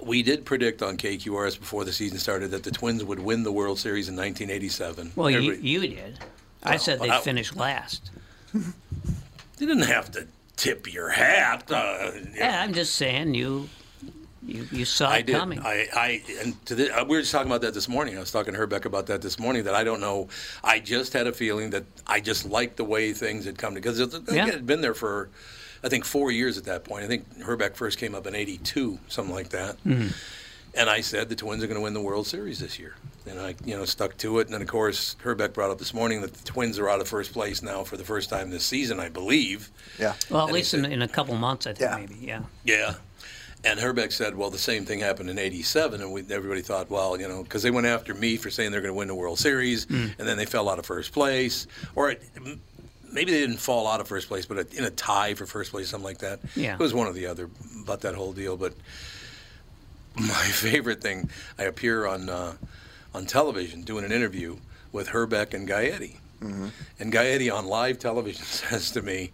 we did predict on KQRS before the season started that the Twins would win the World Series in 1987. Well, you, Everybody- you did. I said well, they'd that- finish last. you didn't have to tip your hat. Uh, Yeah. I'm just saying you you, you saw I it did. coming. I, I and to the, uh, we were just talking about that this morning. I was talking to Herbeck about that this morning. That I don't know. I just had a feeling that I just liked the way things had come because it, Yeah. it had been there for, I think, four years at that point. I think Herbeck first came up in '82, something like that. Mm-hmm. And I said the Twins are going to win the World Series this year. And I, you know, stuck to it. And then, of course, Herbeck brought up this morning that the Twins are out of first place now for the first time this season, I believe. Yeah. Well, And at he least in, in a couple months, I think maybe. Yeah. yeah. And Herbeck said, well, the same thing happened in 87. And we, everybody thought, well, you know, because they went after me for saying they're going to win the World Series. Mm. And then they fell out of first place. Or it, m- maybe they didn't fall out of first place, but in a tie for first place, something like that. Yeah. It was one or the other about that whole deal. But my favorite thing, I appear on, uh, on television doing an interview with Herbeck and Gaetti. Mm-hmm. And Gaetti on live television says to me,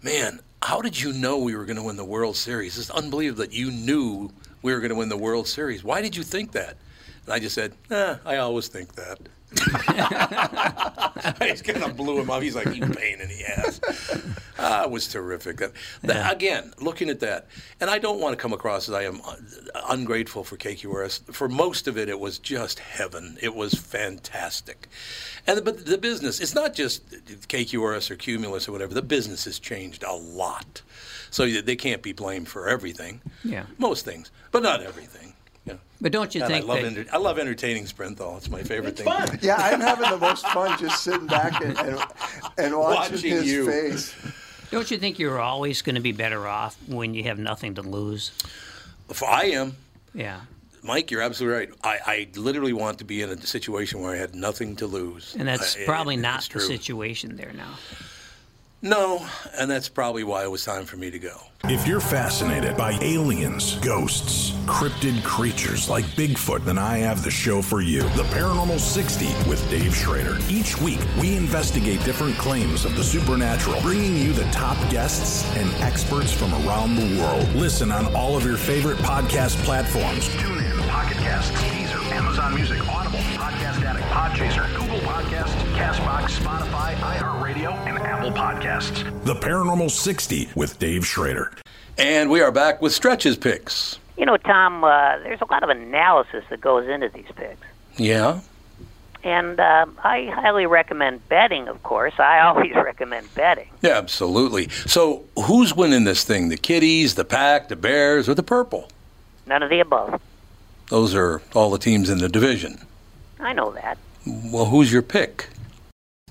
Man, how did you know we were going to win the World Series? It's unbelievable that you knew we were going to win the World Series. Why did you think that? And I just said, eh, I always think that. I just kind of blew him off. He's like, you pain in the ass. Ah, it was terrific. That, that- Again, looking at that, and I don't want to come across as I am un- ungrateful for KQRS. For most of it, it was just heaven. It was fantastic. And the, but the business, it's not just KQRS or Cumulus or whatever. The business has changed a lot. So they can't be blamed for everything. Yeah. Most things, but not everything. Yeah. But don't you And think I love, that- enter- I love entertaining Sprinthal. It's my favorite thing. Yeah, I'm having the most fun just sitting back and and, and watching, Watching his you. face. Don't you think you're always going to be better off when you have nothing to lose? If I am, Yeah. Mike, you're absolutely right. I, I literally want to be in a situation where I had nothing to lose. And that's I- probably it- not it's the true. situation there now. No, and that's probably why it was time for me to go. If you're fascinated by aliens, ghosts, cryptid creatures like Bigfoot, then I have the show for you The Paranormal 60 with Dave Schrader. Each week, we investigate different claims of the supernatural, bringing you the top guests and experts from around the world. Listen on all of your favorite podcast platforms. TuneIn, Pocket Cast, Deezer, Amazon Music, Audible, Podcast Addict, Podchaser, Google Podcast, Castbox, Spotify, iHeartRadio, and Apple Podcasts. The Paranormal 60 with Dave Schrader. And we are back with stretches picks. You know, Tom, uh, there's a lot of analysis that goes into these picks. Yeah. And uh, I highly recommend betting, of course. I always recommend betting. Yeah, absolutely. So who's winning this thing? The Kitties, the Pack, the Bears, or the Purple? None of the above. Those are all the teams in the division. I know that. Well, who's your pick?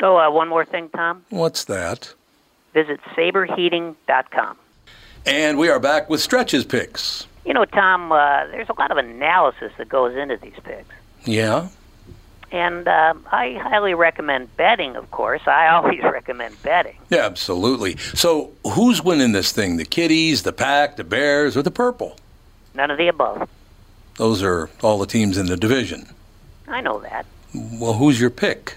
Oh, uh, one more thing, Tom. What's that? Visit saberheating.com. And we are back with stretches picks. You know, Tom, uh, there's a lot of analysis that goes into these picks. Yeah. And uh, I highly recommend betting, of course. I always recommend betting. Yeah, absolutely. So who's winning this thing? The Kitties, the Pack, the Bears, or the Purple? None of the above. Those are all the teams in the division. I know that. Well, who's your pick?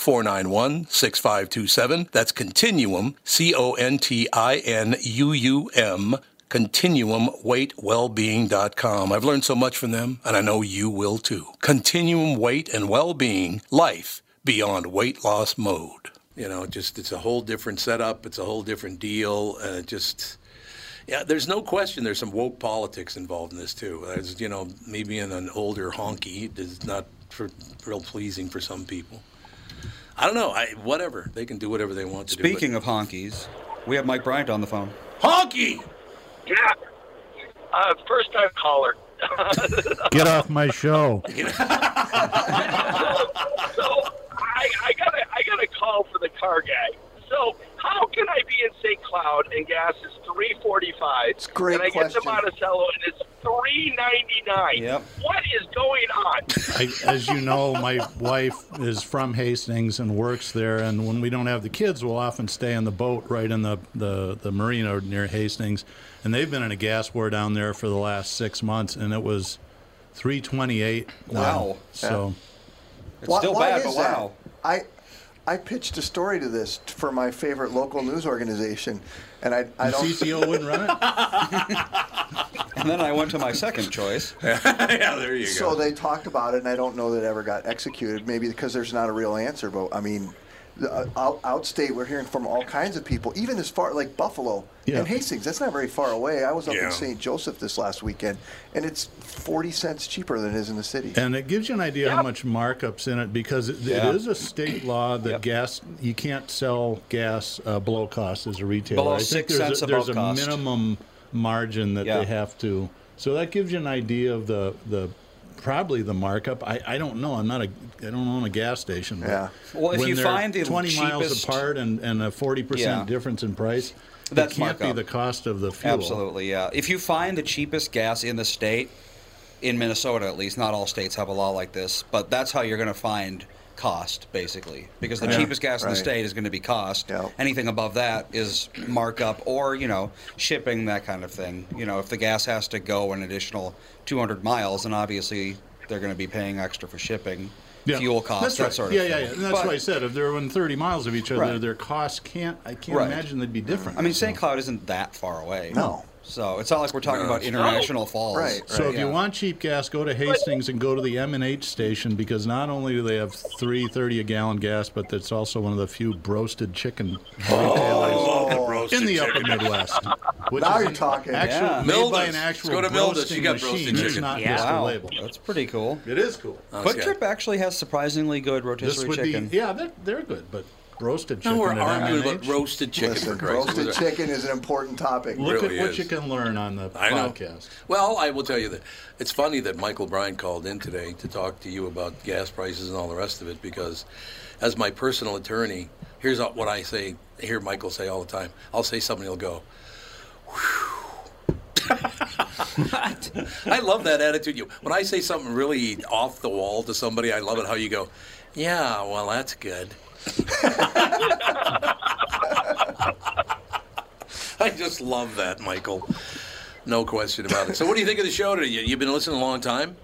491 6527. That's Continuum, C O N T I N U U M, ContinuumWeightWellbeing.com. I've learned so much from them, and I know you will too. Continuum Weight and Wellbeing, life beyond weight loss mode. You know, just it's a whole different setup, it's a whole different deal, and it just. Yeah, there's no question. There's some woke politics involved in this too. There's, you know, me being an older honky is not for, real pleasing for some people. I don't know. I whatever they can do whatever they want to Speaking do. of honkies, we have Mike Bryant on the phone. Honky! Yeah. Uh, first time caller. Get off my show. so I, I got a, I got a call for the car guy. So how can I be in St. Cloud and gas is three forty five? It's great And I get to question. Monticello and it's three ninety nine. Yep. What is going on? I, as you know, my wife is from Hastings and works there. And when we don't have the kids, we'll often stay on the boat right in the, the, the marina near Hastings. And they've been in a gas war down there for the last six months, and it was 328. now. Wow. So It's still bad, but is that? wow. I I pitched a story to this t- for my favorite local news organization, and I, I The don't. CCO wouldn't run it. And then I went to my second choice. yeah, there you So they talked about it, and I don't know that it ever got executed. Maybe because there's not a real answer. But I mean, the, uh, out, outstate, we're hearing from all kinds of people, even as far like Buffalo Yeah. and Hastings. That's not very far away. I was up Yeah. in St. Joseph this last weekend, and it's forty cents cheaper than it is in the city. And it gives you an idea how much markups in it because it, Yeah. it is a state law that gas you can't sell gas uh, below cost as a retailer. Below I think six there's cents a, above there's a cost. minimum margin that Yeah. they have to. So that gives you an idea of the the probably the markup. I, I don't know. I'm not a I don't own a gas station. but Yeah. Well, if when you they're find the 20 miles cheapest- apart and, and a 40 Yeah. percent difference in price, it That's can't markup. be the cost of the fuel. Absolutely, yeah. If you find the cheapest gas in the state, in Minnesota at least, not all states have a law like this, but that's how you're going to find cost, basically. Because the Yeah, cheapest gas in right. the state is going to be cost. Anything above that is markup or, you know, shipping, that kind of thing. You know, if the gas has to go an additional 200 miles, then obviously they're going to be paying extra for shipping, fuel costs, That's that right. Uh, sort of yeah, thing. Yeah, yeah, And That's But- why I said if they're within 30 miles of each other, Right. their costs can't. I can't Right. imagine they'd be different. I mean, St. Cloud isn't that far away. No. So it's not like we're talking No, about it's- international falls. So if Yeah. you want cheap gas, go to Hastings and go to the M and H station because not only do they have three thirty a gallon gas, but that's also one of the few broasted chicken Oh, retailers in the upper Midwest. Which Oh. now is you're an talking. Actual, Yeah. made by Milda's. an actual Let's go to Milda's. roasting You got machine. roasted It's chicken. not Yeah. just a Wow. label. That's pretty cool. It is cool. Quick Trip actually has surprisingly good rotisserie This would chicken. be yeah, they're, they're good, but roasted No, chicken. we're at arguing M&H? about roasted chicken, Listen, for Christ's roasted sake. chicken is an important topic. Look Really at what is. you can learn on the I know. podcast. Well, I will tell you that it's funny that Michael Bryan called in today to talk to you about gas prices and all the rest of it because, as my personal attorney, here's what I say. I hear Michael say all the time. I'll say something, he'll go. "Whew." I love that attitude. You when I say something really off the wall to somebody, I love it how you go. Yeah, well, that's good. I just love that, Michael. No question about it. So, what do you think of the show today? You, you've been listening a long time.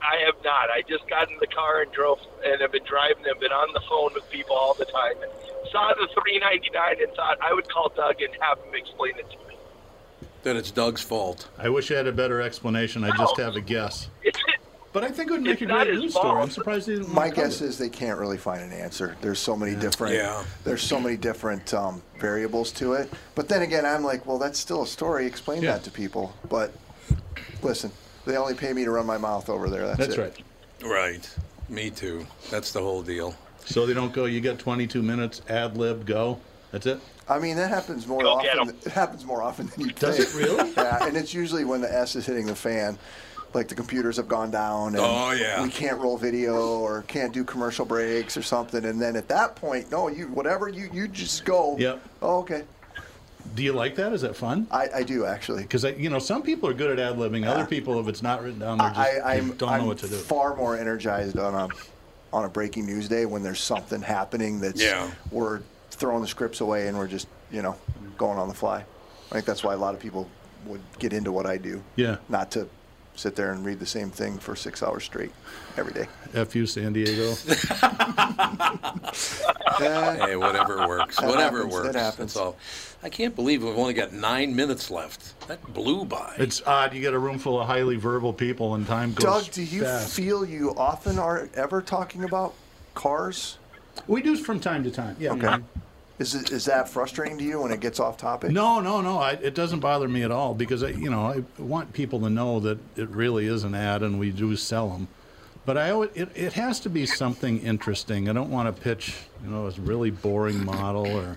I have not. I just got in the car and drove, and have been driving. I've been on the phone with people all the time. And saw the 399 and thought I would call Doug and have him explain it to me. Then it's Doug's fault. I wish I had a better explanation. I just have a guess. But I think it would make a great news story. I'm surprised they didn't. My wanna cover guess it. is they can't really find an answer. There's so many different. Yeah. There's so many different um, variables to it. But then again, I'm like, well, that's still a story. Explain Yeah. that to people. But listen, they only pay me to run my mouth over there. That's, That's it. right. Right. Me too. That's the whole deal. So they don't go. You got 22 minutes. Ad lib. Go. That's it. I mean, that happens more Go get often. It happens more often than you Does think. it really? yeah, and it's usually when the S is hitting the fan. like the computers have gone down and Oh, yeah. we can't roll video or can't do commercial breaks or something. And then at that point, no, you whatever you you just go. Yep. Oh, okay. Do you like that? Is that fun? I, I do actually. Because you know, some people are good at ad libbing. Other people, if it's not written down, they just I, they I'm, don't I'm know what to do. far more energized on a on a breaking news day when there's something happening that's Yeah. we're throwing the scripts away and we're just you know going on the fly. I think that's why a lot of people would get into what I do. Yeah. Not to sit there and read the same thing for six hours straight every day. F you, San Diego. hey, whatever works. That whatever happens, that works. happens. That's all. I can't believe we've only got nine minutes left. That blew by. It's odd. You get a room full of highly verbal people, and time goes Doug, do you fast. feel you often are ever talking about cars? We do from time to time. Yeah. Okay. Is it, is that frustrating to you when it gets off topic? No, no, no. I, it doesn't bother me at all because I, you know I want people to know that it really is an ad and we do sell them. But I always, it, it has to be something interesting. I don't want to pitch you know a really boring model or you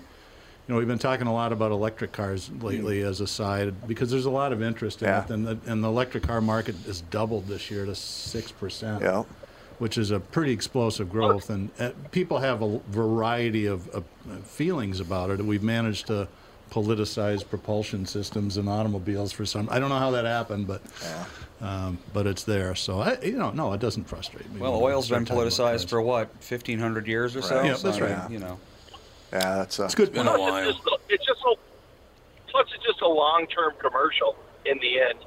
know we've been talking a lot about electric cars lately as a side because there's a lot of interest in Yeah. it and the, and the electric car market has doubled this year to six percent. Yeah. Which is a pretty explosive growth, and uh, people have a variety of, of feelings about it. We've managed to politicize propulsion systems in automobiles for some. I don't know how that happened, but um, but it's there. So I, you know, no, it doesn't frustrate me. Well, when we oil's start been talking about politicized for what, 1,500 years or so? Right. Yeah, So, that's I mean, right. You know. Yeah, that's a, It's good Been a point. while. It's just, a- it's just so. Plus, it's just a long-term commercial in the end. cars.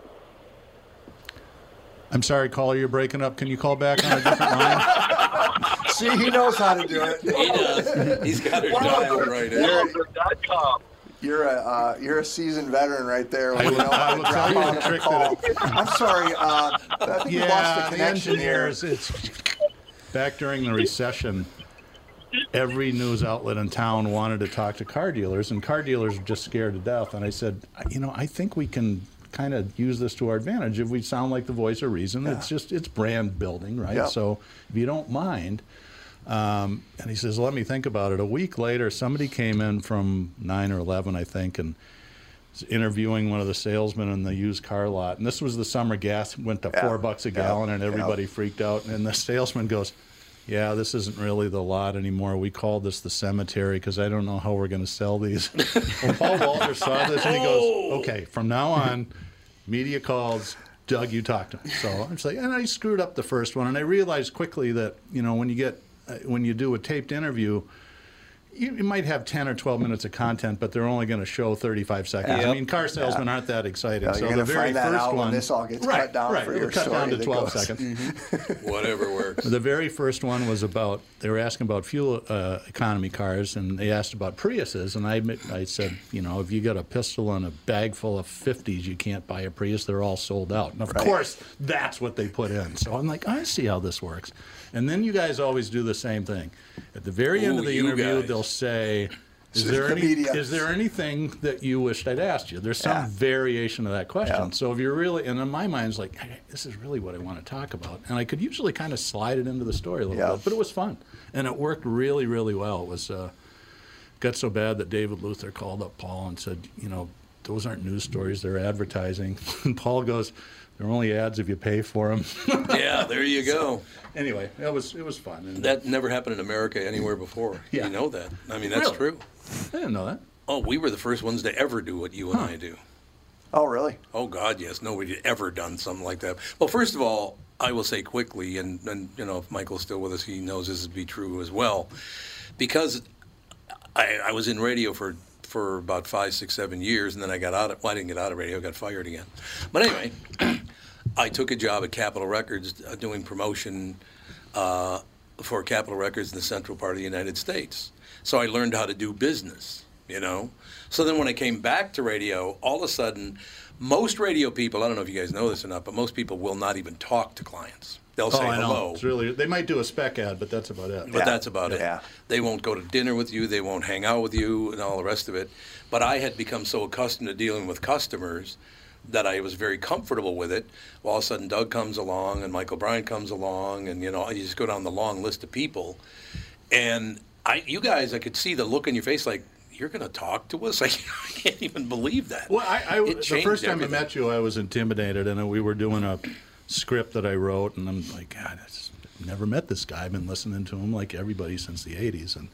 I'm sorry, caller, you're breaking up. Can you call back on a different line? See, he knows how to do it. He does. He's got her dialed right in. You're, you're a uh, you're a seasoned veteran right there. I You will- know I how to will tell drop you on the a trick call. I'm sorry. Uh, I think we lost the Yeah, connection here. engineers. It's back during the recession. Every news outlet in town wanted to talk to car dealers, and car dealers were just scared to death. And I said, "I- you know, I think we can kind of use this to our advantage if we sound like the voice of reason. It's just it's brand building, right? Yep. So if you don't mind. Um, and he says, "Let me think about it." A week later, somebody came in from nine or eleven, I think, and was interviewing one of the salesmen in the used car lot, and this was the summer gas went to Yeah, four bucks a yeah, gallon, and everybody yeah. freaked out. And the salesman goes, "Yeah, this isn't really the lot anymore. We call this the cemetery because I don't know how we're going to sell these." well, Paul Walter saw this, and he goes, "Okay, from now on, media calls." Doug, you talked to him. So I'm just like, and I screwed up the first one, and I realized quickly that you know when you get uh, when you do a taped interview, you, you might have 10 or 12 minutes of content, but they're only going to show 35 seconds. Yeah. I mean, car salesmen aren't that exciting. Yeah, so you're the gonna very find that first out when one, this all gets right, cut down right, for it your cut down story to that 12 goes- Mm-hmm. seconds. Whatever works. The very first one was about they were asking about fuel uh, economy cars, and they asked about Priuses, and I admit- I said, you know, if you got a pistol and a bag full of 50s, you can't buy a Prius; they're all sold out. And of Right. course, that's what they put in. So I'm like, I see how this works. And then you guys always do the same thing. At the very end Ooh, of the you interview, guys. they'll say. Is The there, any, media. is there anything that you wished I'd asked you? There's some Yeah. variation of that question. Yeah. So if you're really, and in my mind, it's like, "Hey, this is really what I want to talk about. And I could usually kind of slide it into the story a little Yeah. bit, but it was fun. And it worked really, really well. It was, uh, got so bad that David Luther called up Paul and said, you know, those aren't news stories, they're advertising. and Paul goes, they're only ads if you pay for them. Yeah, there you go. anyway, it was, it was fun. And That never happened in America anywhere before. Yeah. You know that. I mean, that's Really? true. I didn't know that. Oh, we were the first ones to ever do what you and I do. Oh, really? Oh God, yes, nobody had ever done something like that. Well, first of all, I will say quickly, and, and you know, if Michael's still with us, he knows this would be true as well, because I, I was in radio for for about five, six, seven years, and then I got out. Of, well, I didn't get out of radio; I got fired again. But anyway, I took a job at Capitol Records uh, doing promotion uh, for Capitol Records in the central part of the United States. So I learned how to do business, you know. So then when I came back to radio, all of a sudden, most radio people, I don't know if you guys know this or not, but most people will not even talk to clients. They'll say Oh, I know. hello. It's really, they might do a spec ad, but that's about it. But that's about it. They won't go to dinner with you. They won't hang out with you and all the rest of it. But I had become so accustomed to dealing with customers that I was very comfortable with it. Well, all of a sudden, Doug comes along and Michael Bryan comes along, and you know, you just go down the long list of people. And I, you guys, I could see the look in your face, like you're going to talk to us. Like, I can't even believe that. Well, I, I It the changed first time everything. I met you, I was intimidated, and we were doing a script that I wrote, and I'm like, God, I just never met this guy. I've been listening to him like everybody since the '80s, and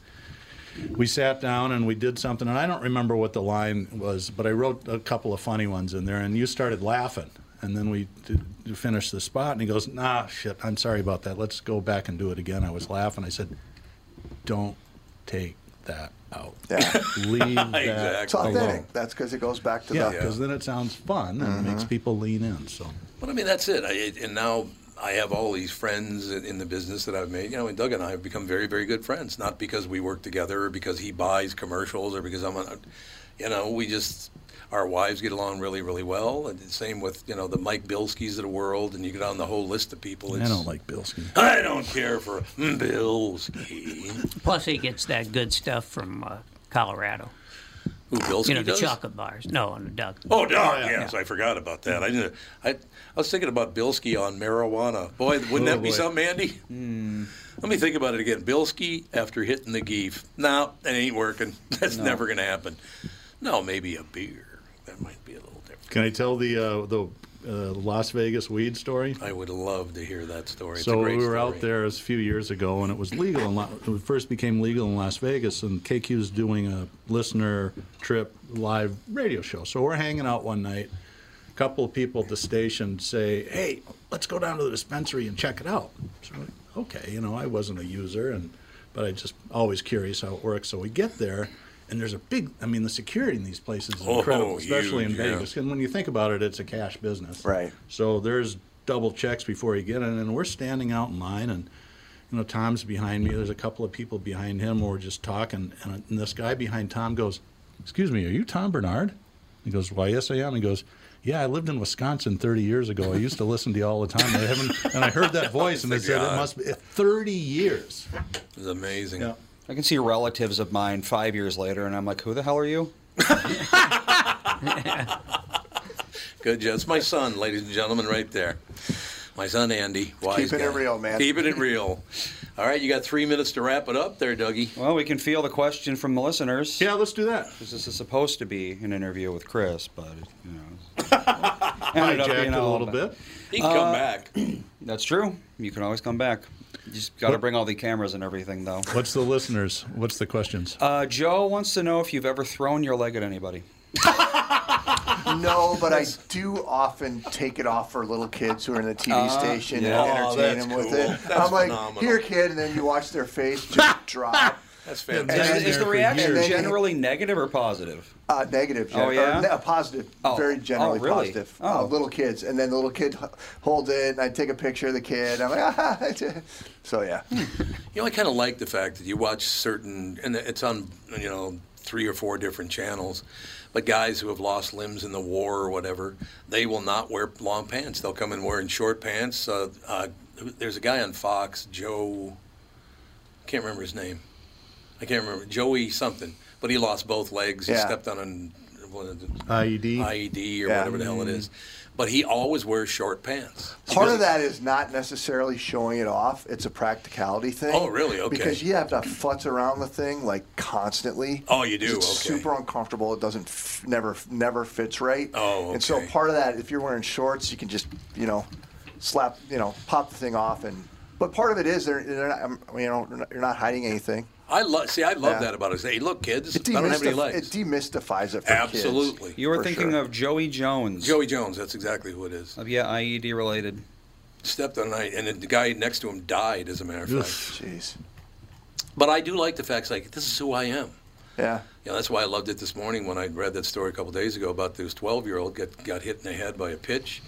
we sat down and we did something, and I don't remember what the line was, but I wrote a couple of funny ones in there, and you started laughing. And then we did, did finished the spot, and he goes, Nah, shit, I'm sorry about that. Let's go back and do it again. I was laughing. I said, Don't take that out. Leave that It's authentic. alone. That's because it goes back to Yeah, the. because then it sounds fun and Mhm. it Mm-hmm. makes people lean in. So But I mean, that's it. I, it- and now I have all these friends in, in the business that I've made. You know, and Doug and I have become very, very good friends. Not because we work together, or because he buys commercials, or because I'm on. You know, we just our wives get along really, really well. And the same with you know the Mike Bilskis of the world, and you get on the whole list of people. I don't like Bilski. I don't care for mm, Bilski. Plus, he gets that good stuff from uh, Colorado. Who Bilski You know, the does? chocolate bars. No, no, Doug. Oh, Doug. yes, I forgot about that. I didn't. I, I was thinking about Bilski on marijuana. Boy, wouldn't Oh, that be boy. something, Andy? Let me think about it again. Bilski after hitting the geef. No, that ain't working. That's No. never going to happen. No, maybe a beer. That might be a little different. can I tell the uh, the uh, Las Vegas weed story? I would love to hear that story. It's so a great we were story. out there a few years ago, and it was legal. In La- it first became legal in Las Vegas, and KQ is doing a listener trip live radio show. So we're hanging out one night. A couple of people at the station say, "Hey, let's go down to the dispensary and check it out." So we're like, okay, you know, I wasn't a user, and but I just always curious how it works. So we get there, and there's a big. I mean, the security in these places is Oh, incredible, especially huge, in yeah. Vegas. And when you think about it, it's a cash business. Right. So there's double checks before you get in, and we're standing out in line, and you know Tom's behind me. There's a couple of people behind him. We're just talking, and, and this guy behind Tom goes, "Excuse me, are you Tom Bernard?" He goes, "Why, yes, I am." He goes. Yeah, I lived in Wisconsin 30 years ago. I used to listen to you all the time. I haven't, and I heard that voice, and I said, "It God. must be 30 years." It's amazing. I can see relatives of mine five years later, and I'm like, who the hell are you? Good, Joe. It's my son, ladies and gentlemen, right there. My son Andy, wise Keeping it guy. real, man. Keeping it real. All right, you got three minutes to wrap it up, there, Dougie. Well, we can feel the question from the listeners. Yeah, let's do that. This is supposed to be an interview with Chris, but you know, Hijacked it a little bit. He can come back. Uh, That's true. You can always come back. You just got to What- bring all the cameras and everything, though. What's the listeners? What's the questions? Uh, Joe wants to know if you've ever thrown your leg at anybody. No, but I do often take it off for little kids who are in the TV Ah, station yeah. and Oh, entertain that's them with cool. it. That's I'm like, phenomenal. here, kid, and then you watch their face just drop. That's Is, is the reaction generally negative or positive? Uh, negative. Oh, gen- yeah? Or, ne- positive. Oh. Very generally Oh, really? positive. Uh, little kids. And then the little kid h- holds it, and I take a picture of the kid. I'm like, ah, So yeah. Hmm. You know, I kind of like the fact that you watch certain, and it's on you know three or four different channels. But guys who have lost limbs in the war or whatever, they will not wear long pants. They'll come in wearing short pants. Uh, uh, there's a guy on Fox, Joe. I can't remember his name. I can't remember Joey something, but he lost both legs. He Yeah. stepped on an one of the- IED? IED E or Yeah. whatever the hell it is. But he always wears short pants. Part of that is not necessarily showing it off. It's a practicality thing. Oh, really? Okay. Because you have to futz around the thing like constantly. Oh, you do? It's Okay. super uncomfortable. It doesn't f- never never fits right. Oh, And so okay. part of that, if you're wearing shorts, you can just you know slap you know pop the thing off and. But part of it is they're, they're not, um, you know you're not- you're not hiding anything. I love. See, I love Yeah. that about it. Hey, look, kids, It, I don't have any demystif- legs. it demystifies it for kids, Absolutely. You were for thinking sure. of Joey Jones. Joey Jones. That's exactly who it is. Of yeah, IED related. Stepped on night, and the guy next to him died. As a matter of Oof. fact. Jeez. But I do like the facts. Like this is who I am. Yeah. You know, that's why I loved it this morning when I read that story a couple days ago about this 12-year-old got got hit in the head by a pitch,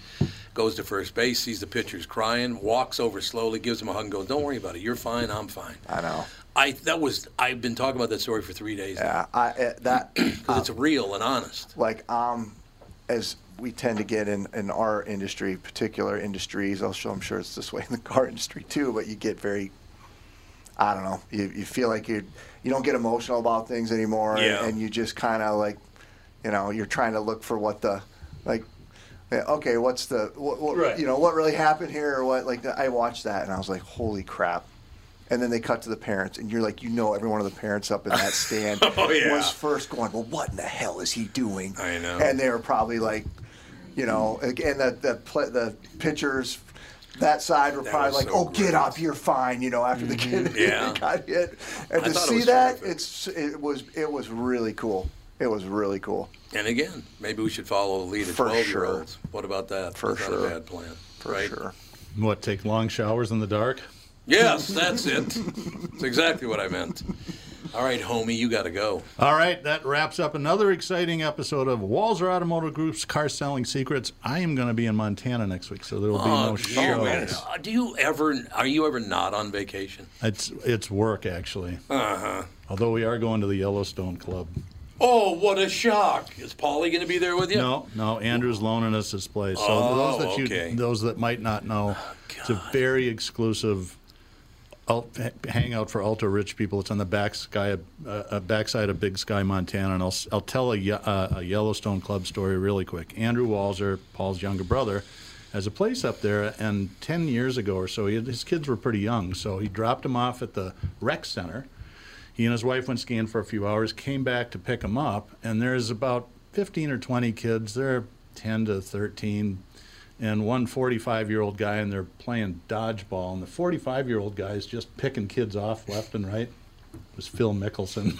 goes to first base, sees the pitcher's crying, walks over slowly, gives him a hug, and goes, "Don't worry about it. You're fine. I'm fine." I know. I that was I've been talking about that story for three days. Yeah, I, uh, that because it's real and honest. like um, as we tend to get in, in our industry, particular industries, also I'm sure it's this way in the car industry too, but you get very, I don't know, you, you feel like you you don't get emotional about things anymore, and- Yeah. and, you just kind of like, you know, you're trying to look for what the, like, yeah, okay, what's the, what, what Right. you know, what really happened here or what? Like I watched that and I was like, holy crap. And then they cut to the parents, and you're like, you know, every one of the parents up in that stand Oh, yeah. was first going, well, what in the hell is he doing? I know. And they were probably like, You know, and the the pla the pitchers that side were probably was like, so "Oh, get up, you're fine." You know, after the Mhm. kid Yeah. got hit, and I to thought it see was that, it's it was it was really cool. It was really cool. And again, maybe we should follow the lead of For 12 year olds. What about that? For That's not sure. a bad plan. right? sure. What, take long showers in the dark? Yes, that's it. That's exactly what I meant. All right, homie, you got to go. All right, that wraps up another exciting episode of Walzer Automotive Group's Car Selling Secrets. I am going to be in Montana next week, so there will be no gee, Oh, man. show. Uh, Do you ever, are you ever not on vacation? It's it's work actually. Uh Uh-huh. huh. Although we are going to the Yellowstone Club. Oh, what a shock. Is Paulie going to be there with you? No, no, Andrew's loaning us this place. So Oh, those that you okay. those that might not know, it's a very exclusive ul- hangout for ultra rich people. It's on the back sky, of- uh, uh, backside of Big Sky, Montana, and I'll s- I'll tell a, Ye- uh, a Yellowstone Club story really quick. Andrew Walzer, Paul's younger brother. Has a place up there, and 10 years ago or so, he, had- his kids were pretty young. So he dropped them off at the rec center, he and his wife went skiing for a few hours, came back to pick him up, and there's about 15 or 20 kids. They're 10 to 13, and one 45 year old guy, and they're playing dodgeball. And the 45 year old guy is just picking kids off left and right. It was Phil Mickelson.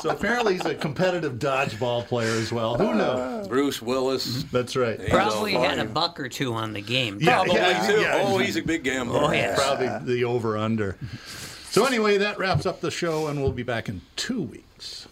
so apparently he's a competitive dodgeball player as well. Who knows? Bruce Willis. That's right. Probably had a buck or two on the game. Yeah, Probably, yeah, too. yeah. Oh, he's a big gambler. Oh, yeah. Probably the over under. So anyway, that wraps up the show, and we'll be back in two weeks.